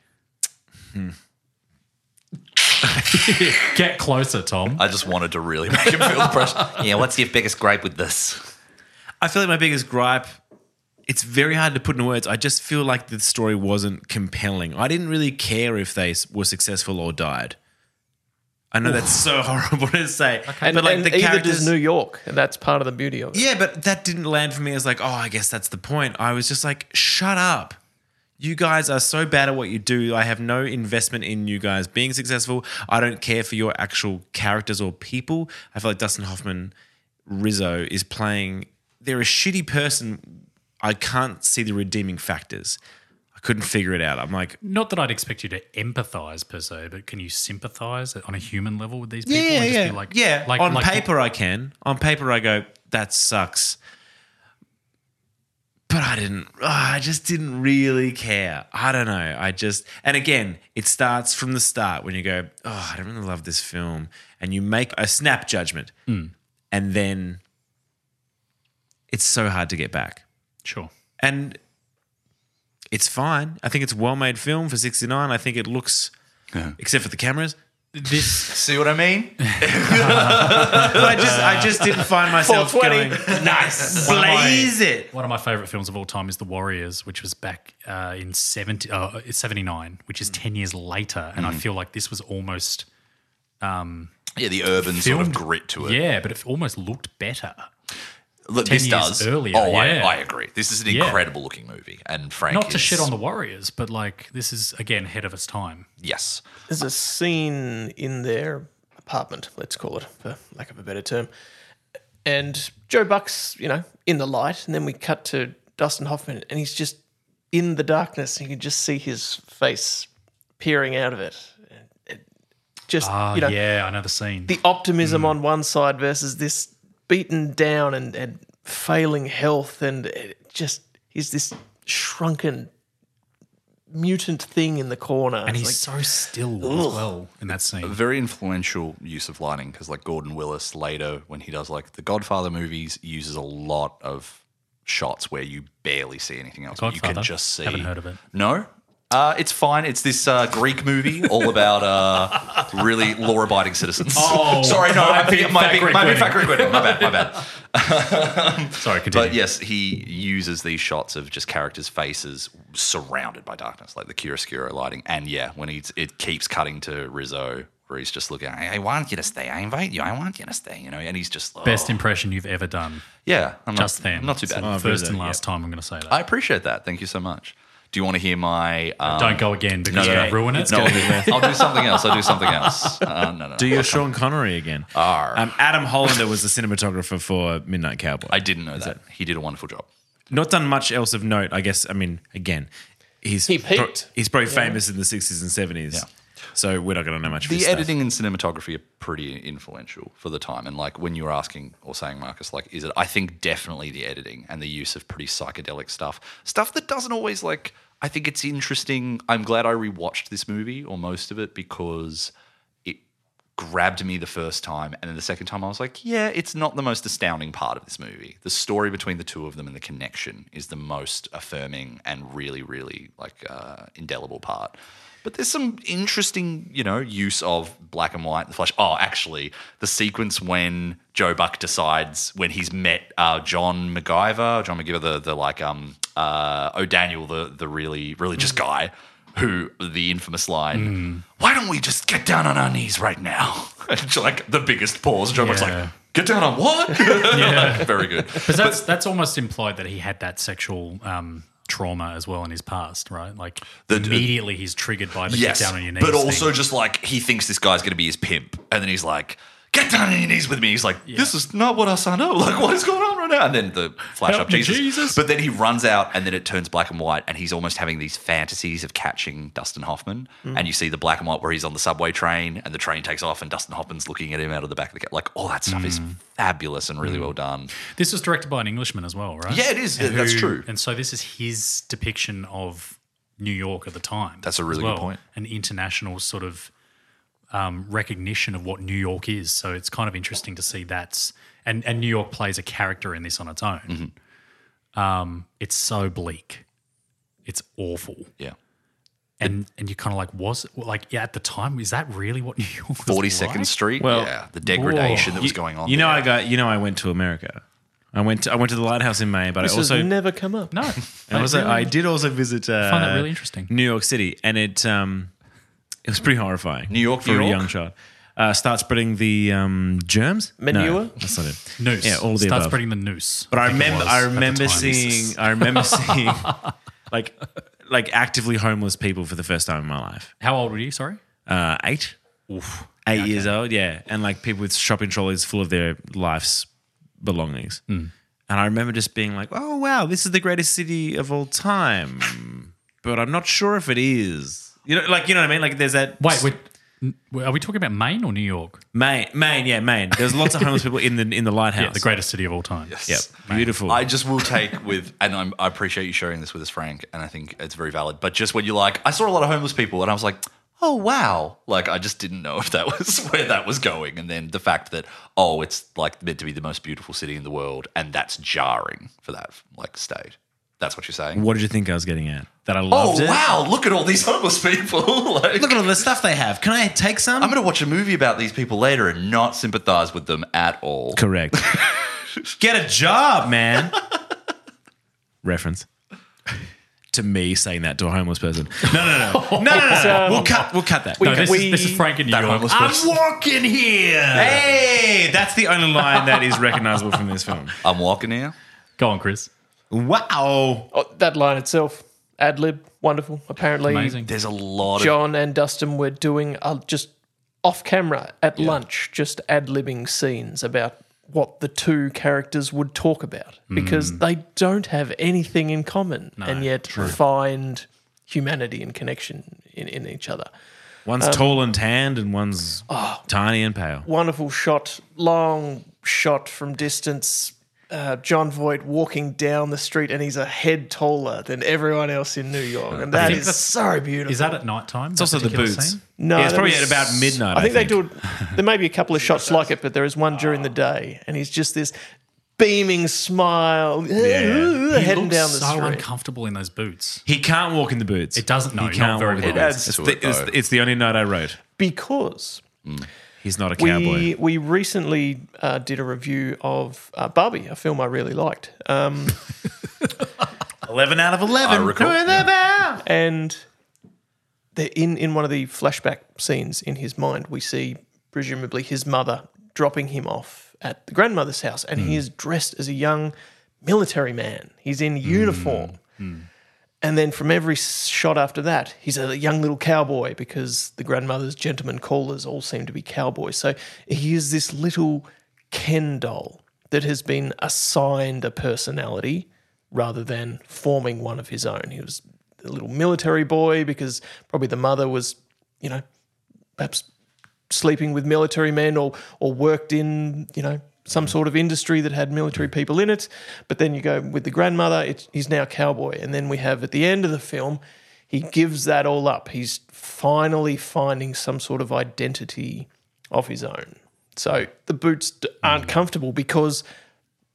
C: <laughs> Get closer, Tom.
B: I just wanted to really make him feel the
C: <laughs>
B: pressure. Yeah, what's your biggest gripe with this?
A: I feel like my biggest gripe. It's very hard to put in words. I just feel like the story wasn't compelling. I didn't really care if they s- were successful or died. I know that's so <laughs> horrible to say,
D: And,
A: but like
D: and
A: the
D: either
A: characters.
D: does New York, and that's part of the beauty of it.
A: yeah, but that didn't land for me as like, oh, I guess that's the point. I was just like, shut up. You guys are so bad at what you do. I have no investment in you guys being successful. I don't care for your actual characters or people. I feel like Dustin Hoffman Rizzo is playing. They're a shitty person. I can't see the redeeming factors. I couldn't figure it out. I'm like,
C: Not that I'd expect you to empathize per se, but can you sympathize on a human level with these people?
A: yeah,
C: and
A: yeah,
C: Be like,
A: yeah.
C: like
A: on
C: like-
A: paper, I can. On paper, I go, that sucks. But I didn't. ah, I just didn't really care. I don't know. I just. And again, it starts from the start when you go, oh, I don't really love this film, and you make a snap judgment,
C: Hmm.
A: and then it's so hard to get back.
C: Sure.
A: And it's fine. I think it's a well-made film for '69. I think it looks, except for the cameras,
C: This
B: See what I mean?
A: I just I just
B: <laughs>
A: didn't find myself
D: 420.
A: going nice
C: One of my-
A: blaze it.
C: one of my favorite films of all time is The Warriors, which was back uh, in 70, uh, 79, which
A: Hmm.
C: is 10 years later. And I feel like this was almost,
B: Yeah, the urban sort of
C: Filmed-
B: grit to it.
C: yeah, but it almost looked better.
B: Look,
C: 10
B: this
C: years
B: does.
C: earlier,
B: oh,
C: yeah.
B: I, I agree. This is an
C: Yeah.
B: incredible looking movie. And Frank
C: Not to
B: is-
C: shit on the Warriors, but like this is, again, ahead of its time.
B: Yes.
D: There's a scene in their apartment, let's call it, for lack of a better term. And Joe Buck's, you know, in the light. And then we cut to Dustin Hoffman, and he's just in the darkness, and you can just see his face peering out of it. And it just,
C: Ah,
D: you know,
C: yeah, Hmm. I know the scene.
D: the optimism on one side versus this beaten down and, and failing health and it just he's this shrunken mutant thing in the corner
C: and
D: It's
C: he's
D: like,
C: so still as well in that scene.
B: Very influential use of lighting because, like, Gordon Willis later, when he does like the Godfather movies, uses a lot of shots where you barely see anything else. but You can
C: Godfather?
B: just see.
C: Haven't heard of it.
B: No. Uh, it's fine. It's this uh, Greek movie all about uh, really law-abiding citizens.
C: Oh,
B: sorry, no,
C: my
B: my big,
C: big
B: my
C: fat
B: big,
C: Greek
B: my big
C: wedding.
B: fat Greek wedding. My bad, my bad.
C: Sorry, continue.
B: But yes, he uses these shots of just characters' faces surrounded by darkness, like the chiaroscuro lighting. And yeah, when he's, it keeps cutting to Rizzo, where he's just looking, I, I want you to stay. I invite you. I want you to stay. You know, and he's just oh.
C: Best impression you've ever done.
B: Yeah, I'm not-
C: Just then.
B: Not too bad.
C: It's uh, the first
A: Rizzo,
C: and last time I'm going to say that.
B: I appreciate that. Thank you so much. Do you want to hear my? Um,
C: Don't go again because
B: no,
C: you're
B: no,
C: going to ruin it. <laughs>
B: No, I'll, I'll do something else. I'll do something else. Uh, no, no.
A: Do
B: no.
A: your Sean Connery again. Um, Adam Hollander was the cinematographer for Midnight Cowboy.
B: I didn't know that. He did a wonderful job.
A: Not done much else of note, I guess. I mean, again, he's
D: He peaked.
A: pro- he's probably famous in the sixties and seventies. So we're not going to know much. Of
B: The
A: his stuff.
B: editing and cinematography are pretty influential for the time. And like when you were asking or saying, Marcus, like, is it? I think definitely the editing and the use of pretty psychedelic stuff, stuff that doesn't always like. I think it's interesting. I'm glad I rewatched this movie or most of it because it grabbed me the first time. And then the second time, I was like, yeah, it's not the most astounding part of this movie. The story between the two of them and the connection is the most affirming and really, really like uh, indelible part. But there's some interesting, you know, use of black and white and flash. Oh, actually, the sequence when Joe Buck decides when he's met uh, John MacGyver, John MacGyver, the, the like um uh, O'Daniel, the the really religious guy, who the infamous line, "Why don't we just get down on our knees right now?" <laughs> It's like the biggest pause. John Buck's
C: Yeah.
B: like, "Get down on what?" <laughs> Like, very good.
C: Because that's that's almost implied that he had that sexual um, trauma as well in his past, right? Like immediately he's triggered by the
B: yes,
C: get down on your knees.
B: but also
C: thing.
B: just like he thinks this guy's going to be his pimp, and then he's like. Get down on your knees with me. He's like, this is not what I signed up. <laughs> Like, what is going on right now? And then the flash
C: Help
B: up
C: me,
B: Jesus.
C: Jesus.
B: But then he runs out, and then it turns black and white, and he's almost having these fantasies of catching Dustin Hoffman.
C: Mm.
B: And you see the black and white where he's on the subway train, and the train takes off, and Dustin Hoffman's looking at him out of the back of the cab. Like, all that stuff
C: Mm.
B: is fabulous and really well done.
C: this was directed by an Englishman as well, right?
B: Yeah, it is. Yeah, that's
C: Who-
B: true.
C: And so this is his depiction of New York at the time.
B: That's a really
C: as
B: good
C: well.
B: point.
C: An international sort of um, recognition of what New York is. So it's kind of interesting to see that's and and New York plays a character in this on its own.
B: Mm-hmm.
C: Um, it's so bleak. It's awful.
B: Yeah.
C: And and you're kind of like, was well, like yeah, at the time, is that really what New York was
B: Forty
C: like?
B: Second Street.
A: Well-
B: yeah, the degradation that was
A: You-
B: going on.
A: You know,
B: there.
A: I got. You know, I went to America. I went. To, I went to the lighthouse in May, but
D: This
A: I
D: has
A: also.
D: never come
B: <laughs>
D: up.
C: No,
A: I, also,
C: really-
A: I did also visit. Uh,
C: find that really interesting.
A: New York City, and it um, it was pretty horrifying.
B: New York,
A: for
B: New
A: a
B: York?
A: young child. Uh, start spreading the um, germs, No,
D: Manure?
A: that's not it.
C: noose.
A: Yeah, all of the
C: Start
A: above.
C: spreading the noose.
A: But I,
C: think it
A: remember,
C: was
A: I
C: at the
A: remember
C: time.
A: seeing, I remember <laughs> seeing, like, like actively homeless people for the first time in my life.
C: How old were you? Sorry.
A: Uh, eight, eight years old, yeah, and like people with shopping trolleys full of their life's belongings. And I remember just being like, "Oh wow, this is the greatest city of all time," but I'm not sure if it is. You know, like you know what I mean. Like there's that
C: Wait, wait, n- wait, are we talking about Maine or New York?
A: Maine, Maine, yeah, Maine. There's lots of homeless people in <laughs> the in the lighthouse.
C: Yeah, the greatest city of all time.
A: Yep, beautiful.
B: I just will take with, and I'm, I appreciate you sharing this with us, Frank, and I think it's very valid. But just when you're like, I saw a lot of homeless people, and I was like, oh wow, like I just didn't know <laughs> if that was where that was going, and then the fact that oh, it's like meant to be the most beautiful city in the world, and that's jarring for that like state. That's what you're saying.
A: what did you think I was getting at? That I loved
B: Oh
A: it.
B: wow, look at all these <laughs> homeless people. <laughs> like,
A: Look at all the stuff they have. Can I take some?
B: I'm going to watch a movie about these people later and not sympathize with them at all.
C: <laughs>
A: Correct. Get a job, man. Reference. To me saying that to a homeless
C: <laughs>
A: person. No, no, no. No, no, no. no.
D: um,
A: we'll cut we'll cut that.
C: No, this,
D: we-
C: is, this is Frank in New
B: That
C: York.
B: homeless
A: I'm
B: person.
A: walking here. Hey, that's the only line that is recognizable from this film.
B: I'm walking here.
C: Go on, Chris.
A: Wow.
D: Oh, that line itself, ad lib, wonderful. Apparently,
C: Amazing.
B: There's a lot of
D: John and Dustin were doing uh, just off camera at lunch, just ad libbing scenes about what the two characters would talk about because they don't have anything in common and yet find humanity and connection in, in each other.
A: One's
C: Um,
A: tall and tanned and one's
C: oh.
A: tiny and pale.
D: Wonderful shot, long shot from distance. Uh, John Voight walking down the street, and he's a head taller than everyone else in New York, and that
C: think
D: is
C: that's-
D: so beautiful.
C: Is that at night time?
A: It's also the boots.
D: No,
A: Yeah, it's
D: that
A: probably
D: was-
A: at about midnight.
D: I think, they do. It, there may be a couple of shots like it, but there is one during the day, and he's just this beaming smile,
A: Yeah.
D: <laughs> heading
C: Looks
D: down the
C: so
D: street.
C: uncomfortable in those boots.
A: He can't walk in the boots.
C: It doesn't. No, not very
A: walk
C: well.
A: in the
B: adds
A: boots.
B: to
A: it's,
B: it,
A: the, it's,
B: though.
A: the- it's the only night I rode.
D: because
A: He's not a cowboy.
D: we we recently uh, did a review of uh, Barbie, a film I really liked, um,
A: 11 out of 11.
B: I recall,
A: Who are they about?
D: and the, in in one of the flashback scenes in his mind, we see presumably his mother dropping him off at the grandmother's house, and he is dressed as a young military man. He's in uniform. And then from every s- shot after that, he's a young little cowboy because the grandmother's gentlemen callers all seem to be cowboys. So he is this little Ken doll that has been assigned a personality rather than forming one of his own. He was a little military boy because probably the mother was, you know, perhaps sleeping with military men or or worked in you know some sort of industry that had military people in it. But then you go with the grandmother; it's, he's now cowboy, and then we have at the end of the film, he gives that all up. He's finally finding some sort of identity of his own. So the boots d- aren't comfortable because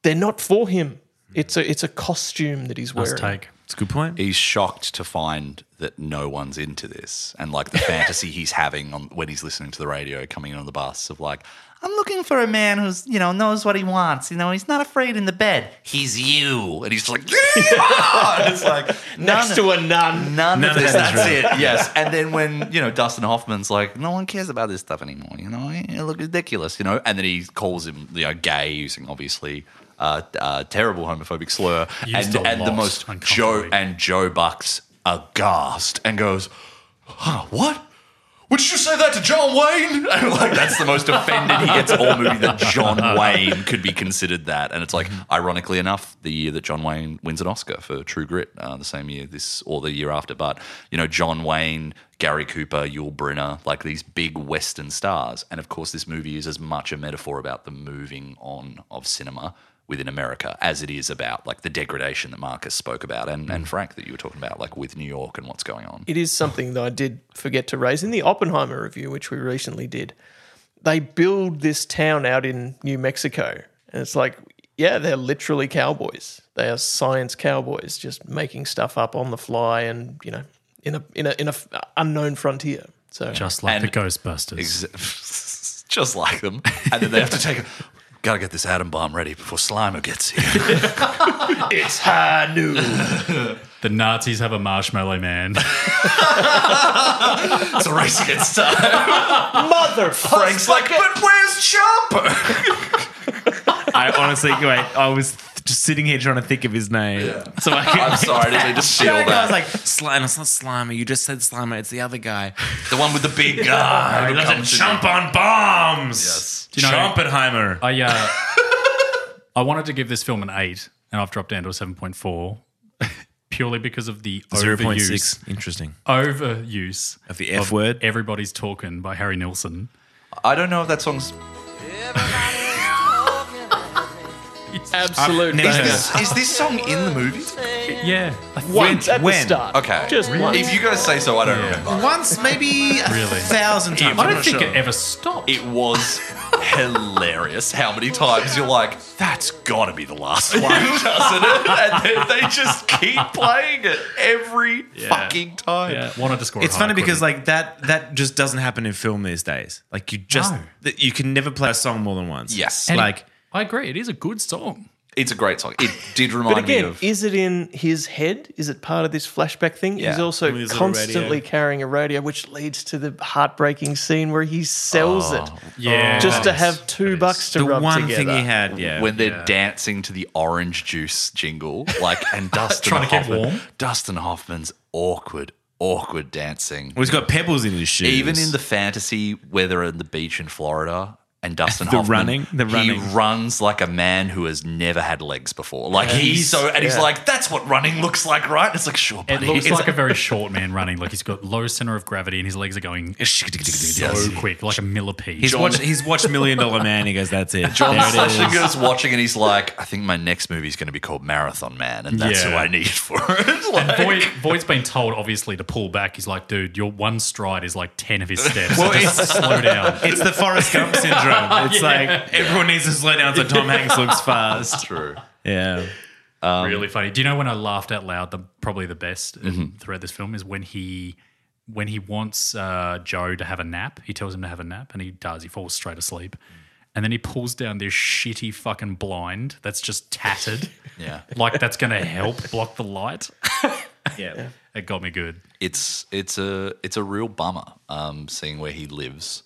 D: they're not for him. It's a it's a costume that he's
C: Let's
D: wearing.
C: take.
A: It's a good point.
B: he's shocked to find that no one's into this and
D: <laughs>
B: like the fantasy he's having on when he's listening to the radio coming in on the bus of like i'm looking for a man who's you know knows what he wants you know he's not afraid in the bed he's you and he's like "Yeehaw!" <laughs> and it's like none,
D: Next to a nun.
B: none,
A: None
B: of
A: of
B: this
A: that is
B: that's it yes and then when you know dustin hoffman's like no one cares about this stuff anymore you know you look ridiculous you know and then he calls him you know gay using obviously uh, uh, terrible homophobic slur
C: Used
B: and,
C: a
B: and the
C: lot,
B: most Joe
C: uncomfortably.
B: and Joe Buck's aghast and goes, "Huh? What? Would you say that to John <laughs> Wayne?" And like that's the most offended he gets all movie that John Wayne could be considered that. And it's like, ironically enough, the year that John Wayne wins an Oscar for True Grit, uh, the same year this or the year after. But you know, John Wayne. Gary Cooper, Yul Brynner, like these big Western stars. And of course, this movie is as much a metaphor about the moving on of cinema within America as it is about like the degradation that Marcus spoke about and, and Frank that you were talking about, like with New York and what's going on.
D: it is something that I did forget to raise in the Oppenheimer review, which we recently did. They build this town out in New Mexico, and it's like, yeah, they're literally cowboys. They are science cowboys, just making stuff up on the fly and you know in a in a in a f- unknown frontier. So
C: Just like
B: And-
C: the Ghostbusters.
B: Ex- <laughs> just like them. And then they have to take a, gotta get this atom bomb ready before Slimer gets <laughs> here.
D: it's high noon.
C: the Nazis have a marshmallow man.
B: it's a race against time. <laughs>
D: Motherfucker.
B: Frank's like, but where's Chopper?
A: I honestly, wait, I was just sitting here trying to think of his name. So I
B: <laughs>
A: could,
B: I'm sorry, I didn't mean to steal
A: I was
B: that.
A: like, Slimer, it's not Slimer. You just said Slimer. It's <laughs> the other guy.
B: the one with the big guy. who
A: Doesn't
B: comes in.
A: chomp on bombs.
B: Yes.
C: you know-
A: Chompenheimer.
C: <laughs> I uh, I wanted to give this film an eight, and I've dropped down to a seven point four, <laughs> purely because of the overuse,
A: 0.6. Interesting.
C: overuse
A: Of the F word.
C: "Everybody's Talking" by Harry Nilsson.
B: I don't know if that song's.
D: Absolute
A: Neither.
D: banger.
A: Yes.
B: Is this song in the movie?
C: Yeah, I think
D: Once at
A: when?
D: the start.
B: Okay.
D: Just once.
B: If you guys say so, I don't remember.
A: Once, maybe
B: <laughs>
A: a
C: Really?
A: thousand times.
C: I
A: I'm
C: don't
A: not
C: think
A: sure.
C: it ever stopped.
B: It was hilarious how many times you're like, that's got to be the last one, <laughs> doesn't it? And then they just keep playing it every fucking time.
C: yeah, wanted to score.
A: It's
C: it high,
A: funny because
C: couldn't.
A: like that that just doesn't happen in film these days. Like you just
C: No.
A: that you can never play a song more than once.
B: Yes.
C: And
A: like
C: I agree, it is a good song.
B: It's a great song. It did remind
D: But again,
B: me of.
D: is it in his head? Is it part of this flashback thing?
B: Yeah.
D: He's also
A: With his little
D: constantly
A: radio.
D: carrying a radio, which leads to the heartbreaking scene where he sells
A: Oh,
D: it
C: Yeah,
D: just to
C: that is-
D: have two bucks to
A: the
D: rub
A: one
D: together.
A: thing he had. Yeah.
B: when they're dancing to the orange juice jingle, like and Dustin
C: Trying to get
B: Hoffman,
C: warm.
B: Dustin Hoffman's awkward, awkward dancing.
A: well, he's got pebbles in his shoes.
B: Even
A: <laughs>
B: in the fantasy where they're on the beach in Florida and Dustin
A: The
B: Hoffman,
A: running- the
B: he
A: running.
B: runs like a man who has never had legs before. Like he's so, and he's like, "That's what running looks like, right?" It's like, sure,
C: It
B: buddy.
C: looks
B: It's
C: like
B: <laughs>
C: a
D: <laughs>
C: very short man running. Like he's got low center of gravity, and his legs are going so quick, like a millipede.
A: he's watched he's watched Million Dollar Man. He goes, that's it.
B: John
A: <laughs> There it is.
B: Schlesinger watching and he's like, "I think my next movie is going to be called Marathon Man, and that's
C: Yeah.
B: who I need for it." <laughs> Like-
C: Boyd, Boyd's been told obviously to pull back. He's like, dude, your one stride is like ten of his steps.
A: Well,
C: just slow down.
A: It's the Forrest Gump <laughs> syndrome. It's like everyone needs to slow down so Tom Hanks <laughs> looks fast.
B: True.
A: Yeah.
B: Um,
C: really funny. Do you know when I laughed out loud? The probably the best
B: Mm-hmm.
C: in throughout this film is when he when he wants uh, Joe to have a nap. He tells him to have a nap, and he does. He falls straight
B: Mm.
C: asleep, and then he pulls down this shitty fucking blind that's just tattered.
B: <laughs> Yeah.
C: like that's going to help block
B: <laughs>
C: the light.
A: Yeah.
C: <laughs> It got me good.
B: it's it's a it's a real bummer um, seeing where he lives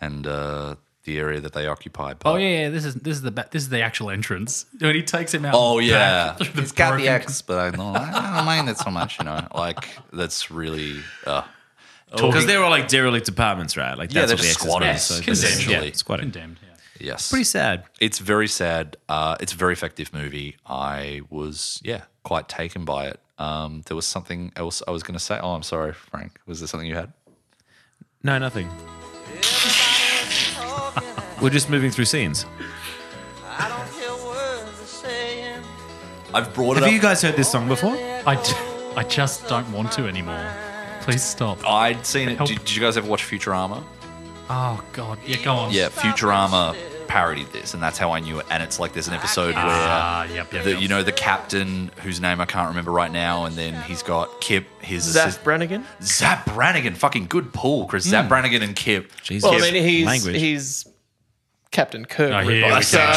B: and uh, the area that they occupy. But
C: Oh yeah, yeah, this is this is the ba- this is the actual entrance. When he takes him out.
B: Oh
C: back
B: <laughs> yeah,
C: through the
B: it's got the
C: broken-
B: axe, but I don't, I don't mind it so much. You know, <laughs> like that's really uh,
A: Because they're all like derelict apartments, right? Like
B: Yeah,
A: that's
B: they're
A: what the
B: just
A: exes were,
B: squatters,
A: so-
B: essentially.
A: Yeah, squatting.
C: Condemned. Yeah.
B: yes.
A: Pretty sad.
B: it's very sad. Uh, it's a very effective movie. I was yeah quite taken by it. Um, there was something else I was going to say. Oh, I'm sorry, Frank. Was there something you had?
A: No, nothing. We're just moving through scenes.
B: I've brought it
A: Have
B: up.
A: you guys heard this song before?
C: I, d- I just don't want to anymore. Please stop.
B: I'd seen it.
C: Help.
B: Did, did you guys ever watch Futurama?
C: Oh God. Yeah, go on.
B: Yeah, Futurama parodied this, and that's how I knew it. And it's like there's an episode where
C: Ah, yep, yep.
B: the,
C: yep.
B: you know the captain whose name I can't remember right now, and then he's got Kip, his
D: Zach
B: assist-
D: Brannigan.
B: Zap Brannigan, fucking good pull, Chris. Zap Brannigan and Kip.
A: Jesus.
D: Well, I mean, he's
A: Language.
D: he's Captain Kirk.
C: Oh, here we go.
D: So,
C: Yeah.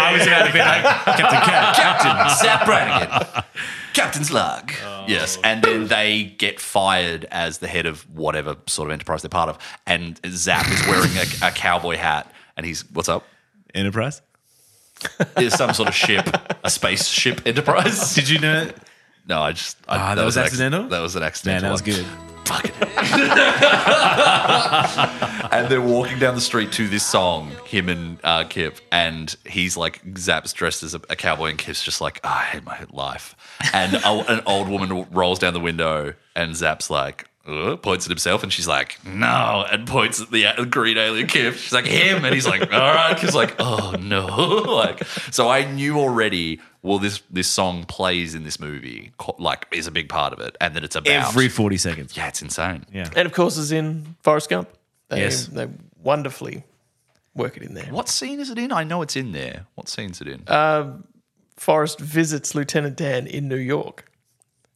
A: I was about to be like, Captain <laughs> Cat.
B: Captain Zap Brannigan, Captain's log. yes, and then they get fired as the head of whatever sort of enterprise they're part of, and Zap is wearing a, a cowboy hat, and he's what's up?
A: Enterprise.
B: There's some sort of ship, a spaceship enterprise.
A: <laughs> Did you know?
B: No, I just I,
A: Ah, that was
B: an acc-
A: accidental?
B: That was an
A: Man,
B: accidental.
A: that was
B: one.
A: good.
B: Fuck it. <laughs> and they're walking down the street to this song, him and uh, Kip, and he's like Zap's dressed as a, a cowboy, and Kip's just like, "Ah, I hate my life. And a, an old woman rolls down the window, and Zap's like. "Uh," points at himself and she's like, no, and points at the a- green alien Kip. She's like, him. And he's like, all right. He's like, oh, no. <laughs> like, so I knew already, well, this this song plays in this movie, co- like, is a big part of it. And that it's about
A: Every 40 seconds.
B: yeah, it's insane.
A: Yeah.
D: and of course, is in Forrest Gump. They,
A: Yes.
D: they wonderfully work it in there.
B: What scene is it in? I know it's in there.
A: Uh,
B: What scene's it in?
D: Forrest visits Lieutenant Dan in New York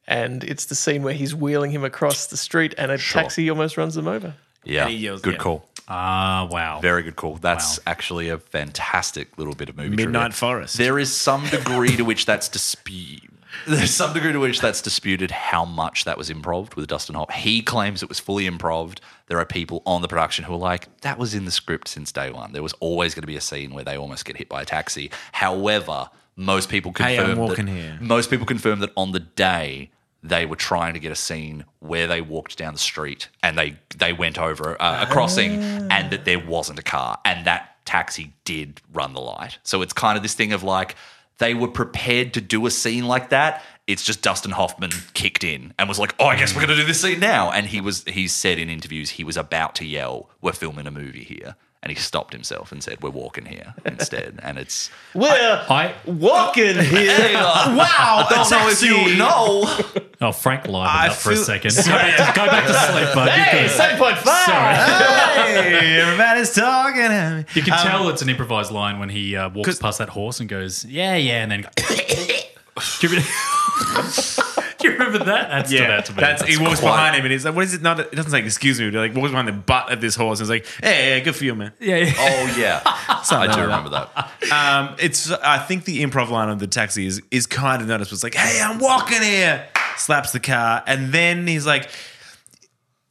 D: And it's the scene where he's wheeling him across the street and a taxi almost runs him over.
B: Yeah.
A: he yells,
B: good
A: yeah.
B: call.
C: Ah, wow.
B: Very good call. That's actually a fantastic little bit of movie.
A: Midnight
B: trivia.
A: Forest.
B: There is some degree to which that's disputed. There's some degree to which that's disputed how much that was improv with Dustin Hoff. He claims it was fully improv. There are people on the production who are like, that was in the script since day one. There was always going to be a scene where they almost get hit by a taxi. However, most people
A: Hey,
B: confirm
A: I'm
B: that-
A: walking here.
B: most people confirm that on the day they were trying to get a scene where they walked down the street and they they went over
A: Ah.
B: uh, a crossing and that there wasn't a car and that taxi did run the light. So it's kind of this thing of like they were prepared to do a scene like that. It's just Dustin Hoffman kicked in and was like, "Oh, I guess we're going to do this scene now." And he was he said in interviews he was about to yell, "We're filming a movie here." And he stopped himself and said, "We're walking here instead." And
A: <laughs>
B: it's
D: We're
C: I
D: walking here.
A: Oh,
B: wow, I don't know if you know.
C: oh Frank livened
A: I
C: up for a
A: feel-
C: second. Sorry, just go
A: <laughs>
C: back to sleep, bud.
D: Hey,
C: You're good.
D: 7.5.
A: <laughs>
C: Sorry.
A: hey, everybody's talking at me.
C: You can tell it's an improvised line when he uh, walks past that horse and goes, "Yeah,
A: <laughs>
C: yeah," and then. Do you, remember, <laughs> do you remember that? That stood out to me.
A: that's, he walks
B: quite-
A: behind him and he's like, "What is it?" Not it doesn't say excuse me, but he, like walks behind the butt of this horse and is like, "Hey, yeah, good for you, man."
C: <laughs>
A: <laughs>
C: yeah, yeah.
B: <laughs> Oh <laughs> yeah, I do remember <laughs> that.
A: Um, it's I think the improv line of the taxi is is kind of noticed. Was like, "Hey, I'm walking here," slaps the car, and then he's like,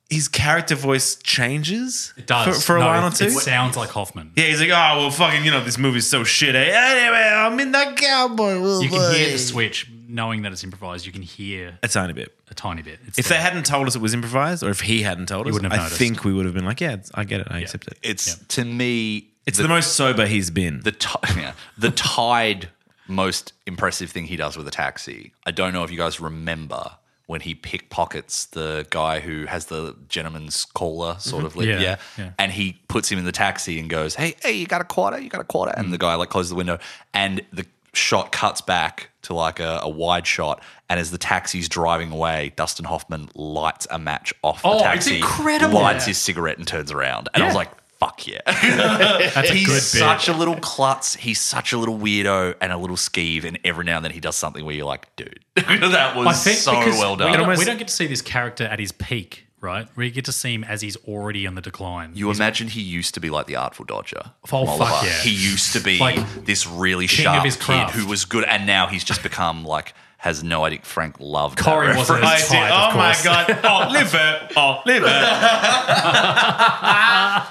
A: his character voice changes
C: it does
A: for, for a
C: No,
A: line or
C: it-
A: two.
C: It sounds like Hoffman.
A: yeah, he's like, "Oh well, fucking, you know, this movie's so shit." Eh? Anyway, I'm in that cowboy.
C: You can hear the switch, knowing that it's improvised. You can hear
A: a tiny bit.
C: a tiny bit. It's
A: If they
C: there.
A: hadn't told us it was improvised, or if he hadn't told us,
C: wouldn't
A: I
C: have noticed.
A: think we would have been like, "Yeah, it's- I get it, I accept it."
B: It's to me,
A: It's the, most sober he's been.
B: the ti- <laughs> yeah, the tied most impressive thing he does with a taxi. I don't know if you guys remember when he pickpockets the guy who has the gentleman's caller sort of lip,
C: Mm-hmm. Yeah,
B: yeah,
C: yeah.
B: and he puts him in the taxi and goes, "Hey, hey, you got a quarter? You got a quarter?" And the
C: Mm.
B: guy like closes the window, and the shot cuts back to like a, a wide shot, and as the taxi's driving away, Dustin Hoffman lights a match off the
C: Oh, it's
B: taxi,
C: incredible.
B: lights his cigarette, and turns around, and I was like, "Fuck yeah!" <laughs>
C: That's a
B: he's
C: good bit.
B: such a little klutz. He's such a little weirdo and a little skeeve. And every now and then he does something where you're like, dude, that <laughs> was so
C: because
B: well
C: We
B: done.
C: don't, we don't get to see this character at his peak, right? We get to see him as he's already on the decline. <laughs>
B: You imagine he used to be like the Artful Dodger.
C: Oh,
B: Molivar.
C: fuck yeah.
B: He used to be
C: Like,
B: this really
C: king of
B: sharp
C: his
B: kid
C: craft.
B: who was good. And now he's just become like, has no idea. Frank loved that
C: Corey
B: reference.
C: wasn't as tight, of
A: oh my
C: course.
A: god! <laughs> Oh, liver! Oh, liver!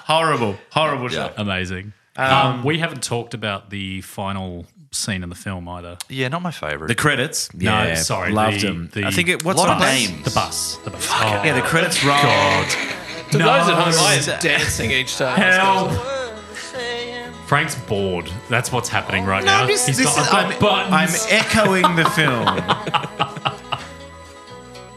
A: horrible, horrible
B: Yeah.
A: shot.
C: Amazing. um, we haven't talked about the final scene in the film either.
B: Yeah, not my favorite.
A: The credits.
C: No, sorry,
A: loved
C: the-
A: them.
C: the-
A: I think it. What's
B: lot of
A: on
B: names.
C: The bus. The bus. Oh,
A: Yeah, the credits roll.
D: To
C: No.
D: those at home, I am dancing each time.
C: Help! Frank's bored. That's what's happening right now.
A: I'm just-
C: He's
A: this
C: not,
A: is-
C: I've
A: I'm-
C: got
A: I'm
C: buttons.
A: echoing the film.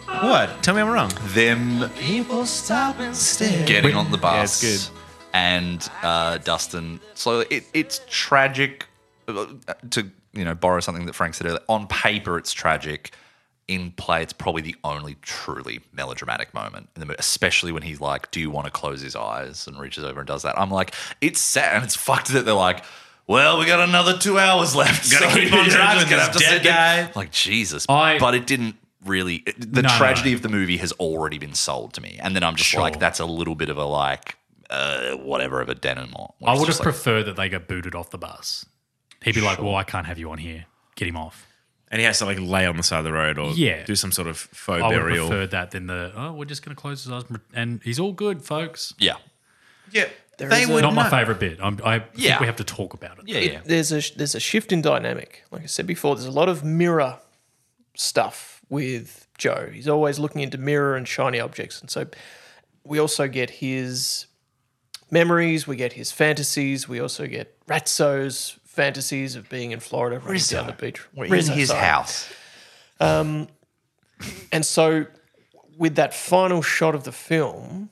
A: what? Tell me I'm wrong.
B: them
A: People stop and stare.
B: getting on the bus.
A: it's good.
B: And uh, Dustin slowly. It, it's tragic uh, to you know borrow something that Frank said earlier. On paper, it's tragic. In play, it's probably the only truly melodramatic moment in the movie, especially when he's like, "Do you want to close his eyes?" and reaches over and does that. I'm like, it's sad and it's fucked that they're like. Well, we got another two hours left.
A: Gotta keep on
B: you're just
A: driving
B: gonna
A: this
B: have to
A: dead
B: sit there."
A: guy.
B: Like Jesus,
C: I-
B: but it didn't really. it- The
C: No, no,
B: tragedy
C: no.
B: of the movie has already been sold to me, and then I'm just
C: Sure.
B: like, that's a little bit of a like, uh, whatever of a denouement.
C: I would have preferred that they got booted off the bus. He'd be like, well, I can't have you on here. Get him off.
A: And he has to like lay on the side of the road or
C: Yeah.
A: do some sort of faux
C: I would have
A: burial.
C: preferred that than the, oh, we're just going to close his eyes and- and he's all good, folks.
B: yeah,
A: yeah,
D: is a-
C: Not my
A: know.
C: favorite bit. I'm, I
B: Yeah.
C: think we have to talk about it.
B: yeah, yeah.
D: there's a there's a shift in dynamic. Like I said before, there's a lot of mirror stuff with Joe. He's always looking into mirror and shiny objects, and so we also get his memories, we get his fantasies, we also get Ratzo's fantasies of being in Florida, running down the beach,
B: We're in his
D: sorry.
B: house.
D: And so, with that final shot of the film,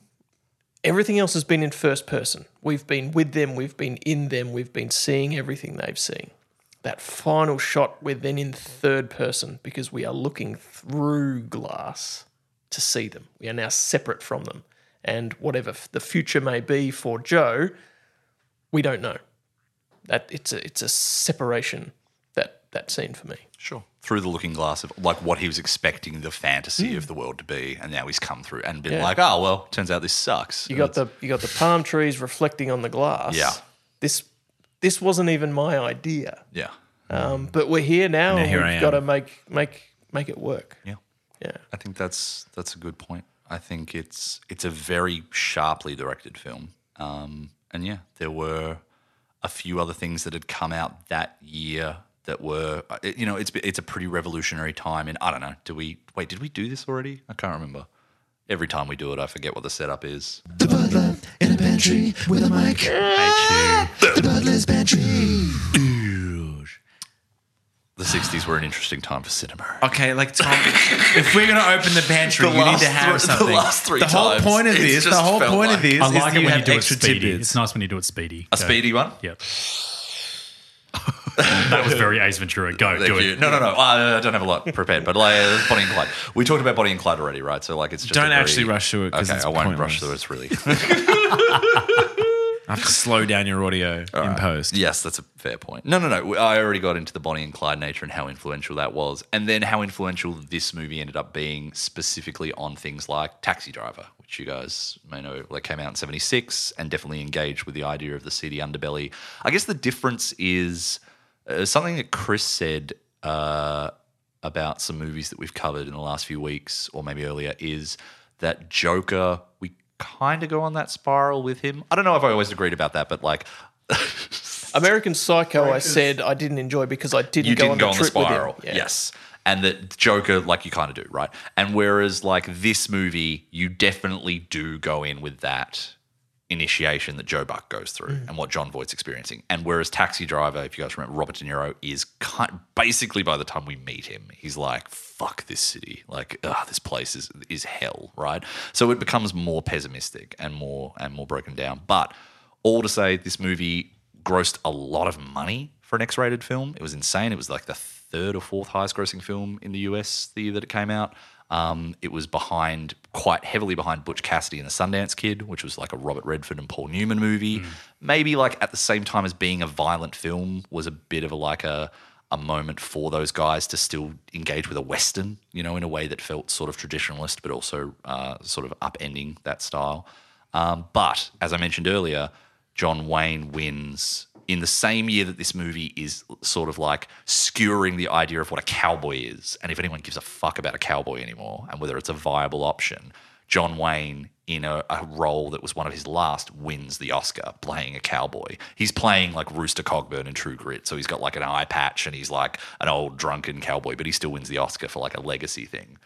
D: everything else has been in first person. We've been with them, we've been in them, we've been seeing everything they've seen. That final shot, we're then in third person because we are looking through glass to see them. We are now separate from them. And whatever f- the future may be for Joe, we don't know. That it's a it's a separation that that scene for me.
B: Sure. Through the looking glass of like what he was expecting the fantasy of the world to be, and now he's come through and been
D: Yeah.
B: like, oh well, turns out this sucks.
D: You got the you got the palm trees reflecting on the glass.
B: Yeah.
D: This this wasn't even my idea.
B: yeah,
D: Um, but we're here now, and
A: here I
D: we've
A: am.
D: got to make make make it work.
B: yeah.
D: Yeah.
B: I think that's that's a good point. I think it's it's a very sharply directed film, um, and yeah, there were a few other things that had come out that year that were uh, it- you know it's it's a pretty revolutionary time. And I don't know, do we wait? Did we do this already? I can't remember. Every time we do it, I forget what the setup is.
E: The butler in a pantry with a mic. The butler's pantry.
B: The '60s were an interesting time for cinema.
A: Okay, like Tom, if we're gonna open the pantry,
B: The
A: you need
B: last
A: to have
B: three- the
A: something.
B: last three
A: The whole
B: times,
A: point of
B: it's
A: this, the
B: just
A: whole
B: felt
A: point
B: like-
A: of this,
C: I
A: is
C: like
A: you
C: it when
A: have
C: you do it
A: extra
C: speedy.
A: tidbits.
C: It's nice when you do it speedy.
B: A speedy one?
C: Yep. that was very Ace Ventura. Go
B: Thank
C: do
B: you.
C: it.
B: No, no, no. I I don't have a lot prepared, but like uh, Bonnie and Clyde. We talked about Bonnie and Clyde already, right? So like, it's just a
A: Don't
B: very-
A: actually rush through it, 'cause
B: Okay,
A: it's
B: I won't rush
A: pointless.
B: through it. It's
A: <laughs>
B: really
A: I have to slow down your audio in post.
B: yes, that's a fair point. No, no, no. I already got into the Bonnie and Clyde nature and how influential that was, and then how influential this movie ended up being specifically on things like Taxi Driver, which you guys may know, like came out in '76 and definitely engaged with the idea of the seedy underbelly. I guess the difference is uh, something that Chris said. Uh, about some movies that we've covered in the last few weeks or maybe earlier is that Joker, we kind of go on that spiral with him. I don't know if I always agreed about that, but like,
D: American Psycho, I said I didn't enjoy because I didn't
B: you
D: go
B: didn't
D: on
B: go
D: the
B: on the
D: trip with him.
B: spiral.
D: Yeah.
B: Yes. And that Joker, like you kind of do, right? And whereas, like, this movie, you definitely do go in with that initiation that Joe Buck goes through
D: Mm.
B: and what John Voight's experiencing. And whereas Taxi Driver, if you guys remember, Robert De Niro is kind, basically by the time we meet him, he's like, fuck this city. Like, ugh, this place is, is hell, right? So it becomes more pessimistic and more and more broken down. But all to say, this movie grossed a lot of money for an X-rated film. It was insane. It was like the third or fourth highest-grossing film in the US the year that it came out. Um, it was behind, quite heavily behind Butch Cassidy and the Sundance Kid, which was like a Robert Redford and Paul Newman movie. Maybe like at the same time as being a violent film was a bit of a like a a moment for those guys to still engage with a western, you know, in a way that felt sort of traditionalist, but also uh, sort of upending that style. Um, but as I mentioned earlier, John Wayne wins in the same year that this movie is sort of like skewering the idea of what a cowboy is and if anyone gives a fuck about a cowboy anymore and whether it's a viable option. John Wayne, in a, a role that was one of his last, wins the Oscar playing a cowboy. He's playing like Rooster Cogburn in True Grit. So he's got like an eye patch and he's like an old drunken cowboy, but he still wins the Oscar for like a legacy thing.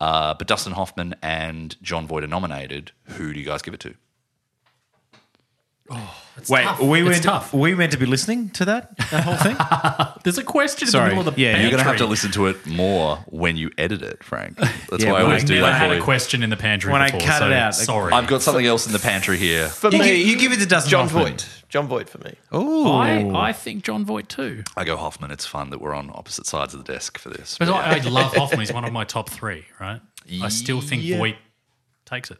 B: Uh, but Dustin Hoffman and John Voight are nominated. Who do you guys give it to?
A: Wait,
C: tough.
A: we
C: It's
A: went.
C: tough.
A: We meant to be listening to that that whole thing.
C: There's a question
A: Sorry.
C: in the middle of the
A: Yeah, you're
B: You're going to have to
C: pantry.
B: listen to it more when you edit it,
C: <laughs>
B: Frank. That's
A: Yeah,
B: why I
A: well,
B: always
A: I
B: do
C: Never
B: that
C: had
B: for
C: a
B: you.
C: question in the pantry
A: When I
C: before,
A: cut
C: so
A: it out, like-
C: Sorry.
B: I've got something else in the pantry here.
D: For
A: You,
D: me,
A: gi- you give it to Dustin
D: John
A: Hoffman.
D: Voight. John Voight for me.
A: Ooh,
C: I, I think John Voight too.
B: I go Hoffman. It's fun that we're on opposite sides of the desk for this.
C: But I, I love Hoffman. He's one of my top three, right? I still think Voight takes it.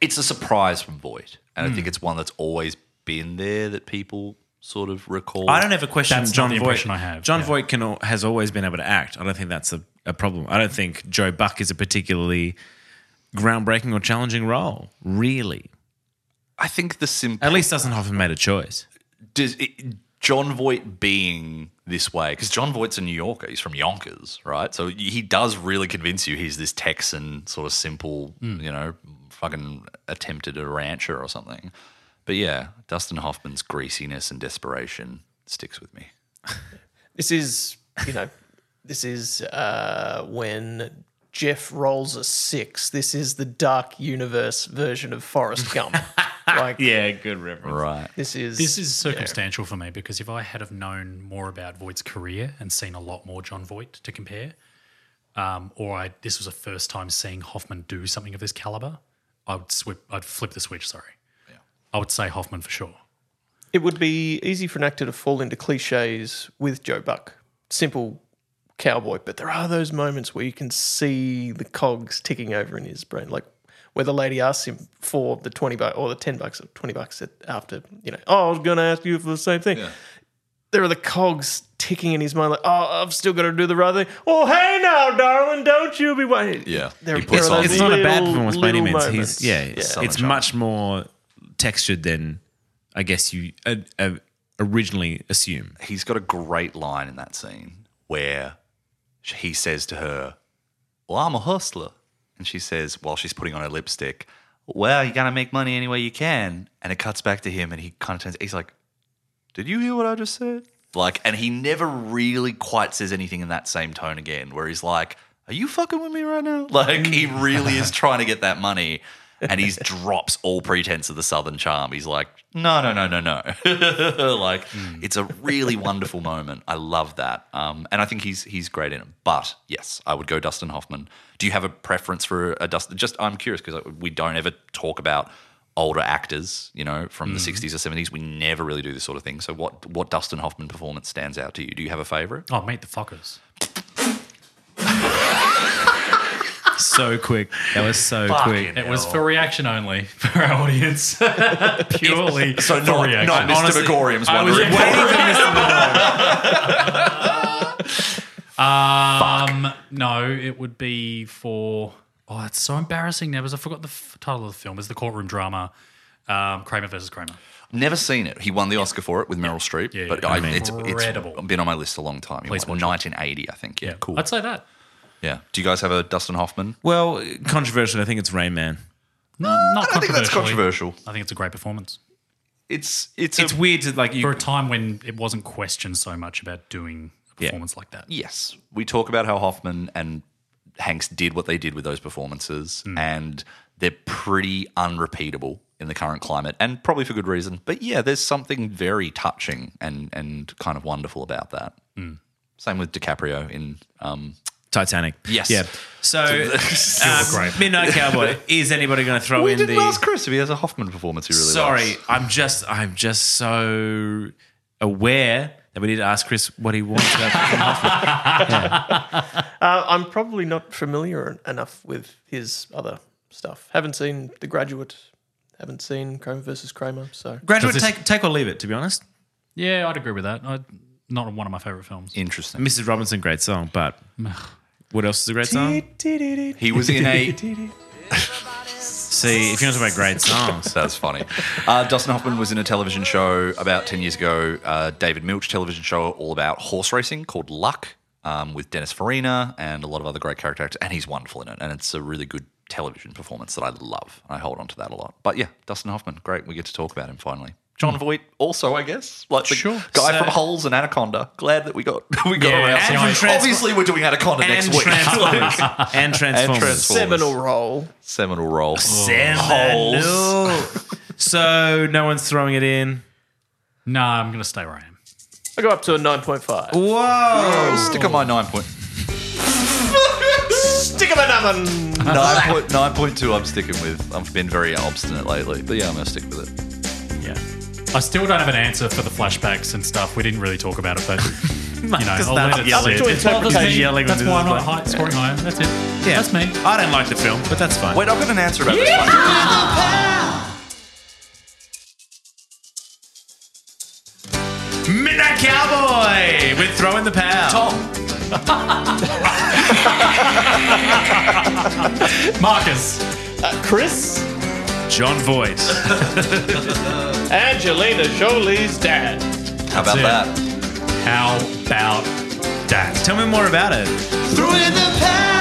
B: it's a surprise from Voight, and
C: Hmm.
B: I think it's one that's always been there that people sort of recall.
A: I don't ever question
C: That's not
A: John
C: the
A: Voight.
C: impression I have,
A: John
C: yeah.
A: Voight can al- has always been able to act. I don't think that's a, a problem. I don't think Joe Buck is a particularly groundbreaking or challenging role. Really,
B: I think the simple
A: at least Dustin Hoffman made a choice.
B: does it, John Voight being this way because John Voight's a New Yorker. He's from Yonkers, right? So he does really convince you he's this Texan sort of simple, you know, fucking attempted a rancher or something. But yeah, Dustin Hoffman's greasiness and desperation sticks with me.
D: This is, you know, this is uh, when Jeff rolls a six. This is the dark universe version of
B: <laughs>
D: Forrest Gump. like,
A: Yeah, good reference.
B: Right.
D: this is
C: This is circumstantial for me because if I had have known more about Voight's career and seen a lot more John Voight to compare, um, or I this was a first time seeing Hoffman do something of this caliber, I would swip, I'd flip the switch. Sorry, I would say Hoffman for sure.
D: It would be easy for an actor to fall into cliches with Joe Buck. Simple cowboy, but there are those moments where you can see the cogs ticking over in his brain, like where the lady asks him for the twenty bucks or the ten bucks or twenty bucks at, after you know. Oh, I was going to ask you for the same thing. there are the cogs ticking in his mind, like, oh, I've still got to do the right thing. Oh, hey now, darling, don't you be waiting.
B: Yeah.
D: There,
B: He
D: there
B: puts
D: are
B: on
D: those
A: It's not a bad
D: little-
A: performance by any
D: little
A: means.
D: moments.
A: He's, yeah, it's,
B: Southern
A: it's
B: charm.
A: much more textured than I guess you uh, uh, originally assume.
B: he's got a great line in that scene where sh- he says to her, Well, I'm a hustler. And she says, while she's putting on her lipstick, Well, you got to make money any way you can. And it cuts back to him and he kind of turns, he's like, Did you hear what I just said? Like, and he never really quite says anything in that same tone again, where he's like, Are you fucking with me right now? <laughs> Like, he really is trying to get that money. And <laughs> he drops all pretense of the Southern charm. He's like, no, no, no, no, no. <laughs> like, it's a really wonderful moment. I love that. Um, and I think he's he's great in it. But yes, I would go Dustin Hoffman. Do you have a preference for a Dustin? Just, I'm curious because we don't ever talk about older actors, you know, from the 60s or 70s. We never really do this sort of thing. So what what Dustin Hoffman performance stands out to you? Do you have a favorite?
C: Oh, meet the fuckers.
A: <laughs> So quick. That was so quick.
C: It was for reaction only <laughs> for our audience. <laughs> Purely so for
B: not,
C: reaction.
B: not Mr.
A: Honestly,
B: Gregorium's
A: I was
B: wondering.
A: waiting for Mr.
C: Um, no, it would be for. Oh, it's so embarrassing now because I forgot the f- title of the film. It's the courtroom drama, um, Kramer versus Kramer.
B: <laughs> Never seen it. He won the Oscar for it with Meryl Streep.
C: Yeah,
B: but
C: yeah.
B: I,
C: Amazing.
B: it's,
C: Incredible.
B: it's been on my list a long time. It was
C: Please watch it.
B: 1980, I think. Yeah, cool.
C: I'd say that.
B: yeah. Do you guys have a Dustin Hoffman?
A: Well, controversial. I think it's Rain Man.
C: Not
B: Mm, I think that's controversial.
C: I think it's a great performance
B: It's it's,
A: It's
B: a,
A: weird to like you.
C: for a time when it wasn't questioned so much about doing a performance like that.
B: yes. We talk about how Hoffman and Hanks did what they did with those performances, and they're pretty unrepeatable in the current climate, and probably for good reason. But yeah, there's something very touching and and kind of wonderful about that. Same with DiCaprio in um,
A: Titanic.
B: Yes.
A: Yeah. So, <laughs> um, Midnight Cowboy. Is anybody going to throw
B: We
A: in
B: didn't
A: the?
B: ask Chris if Oh, he has a Hoffman performance he really
A: Sorry,
B: likes.
A: I'm just I'm just so aware that we need to ask Chris what he wants. About Dustin <laughs> Hoffman.
D: Uh, I'm probably not familiar enough with his other stuff. Haven't seen The Graduate. Haven't seen Kramer versus Kramer. So
A: Graduate,
C: Does this-
A: take take or leave it. To be honest,
C: Yeah, I'd agree with that. I, not one of my favorite films.
B: Interesting.
A: Mrs. Robinson, great song, but what else is a great song?
D: he
B: He was in <laughs> a.
A: See, if you want to talk about great songs,
B: That's funny. Uh, Dustin Hoffman was in a television show about 10 years ago, uh, David Milch television show all about horse racing called Luck um, with Dennis Farina and a lot of other great character actors. And he's wonderful in it. And it's a really good television performance that I love. I hold on to that a lot. But yeah, Dustin Hoffman, great. We get to talk about him finally.
A: Hmm.
B: John Voight, also, I guess, like the guy from Holes and Anaconda. Glad that we got <laughs> we got
C: Yeah,
B: around.
C: and
B: to it.
A: from Transform-
B: Obviously, we're doing Anaconda
A: and
B: next week. <laughs>
A: Transformers, and Transformers.
B: Transformers.
D: seminal role.
B: Seminal role. Holes.
A: Seminal. so no one's throwing it in.
C: No, I'm going to stay where I am.
D: I go up to a 9.5.
A: Whoa!
B: Stick on my nine point.
D: <laughs> Stick him another. one.
B: Nine point nine point two. I'm sticking with. I've been very obstinate lately, but yeah, I'm gonna stick with it.
C: Yeah. I still don't have an answer for the flashbacks and stuff. We didn't really talk about it, but
A: <laughs>
C: you know,
A: Just
C: I'll
A: that
C: let it
A: yelling.
C: sit.
D: It's all the
C: That's me.
A: yelling
C: That's
A: when
C: why I'm
A: this
C: not
A: is
C: high, scoring higher. That's it.
A: Yeah.
C: That's me.
A: I don't like the film, but that's fine.
B: Wait, I've got an answer about this one.
A: Midnight Cowboy. We're throwing the power.
C: <laughs> Marcus.
D: Chris.
A: John Voight.
D: Angelina Jolie's dad.
B: How about
C: That's
B: that?
C: How about that?
A: Tell me more about it.
E: Throw in the power.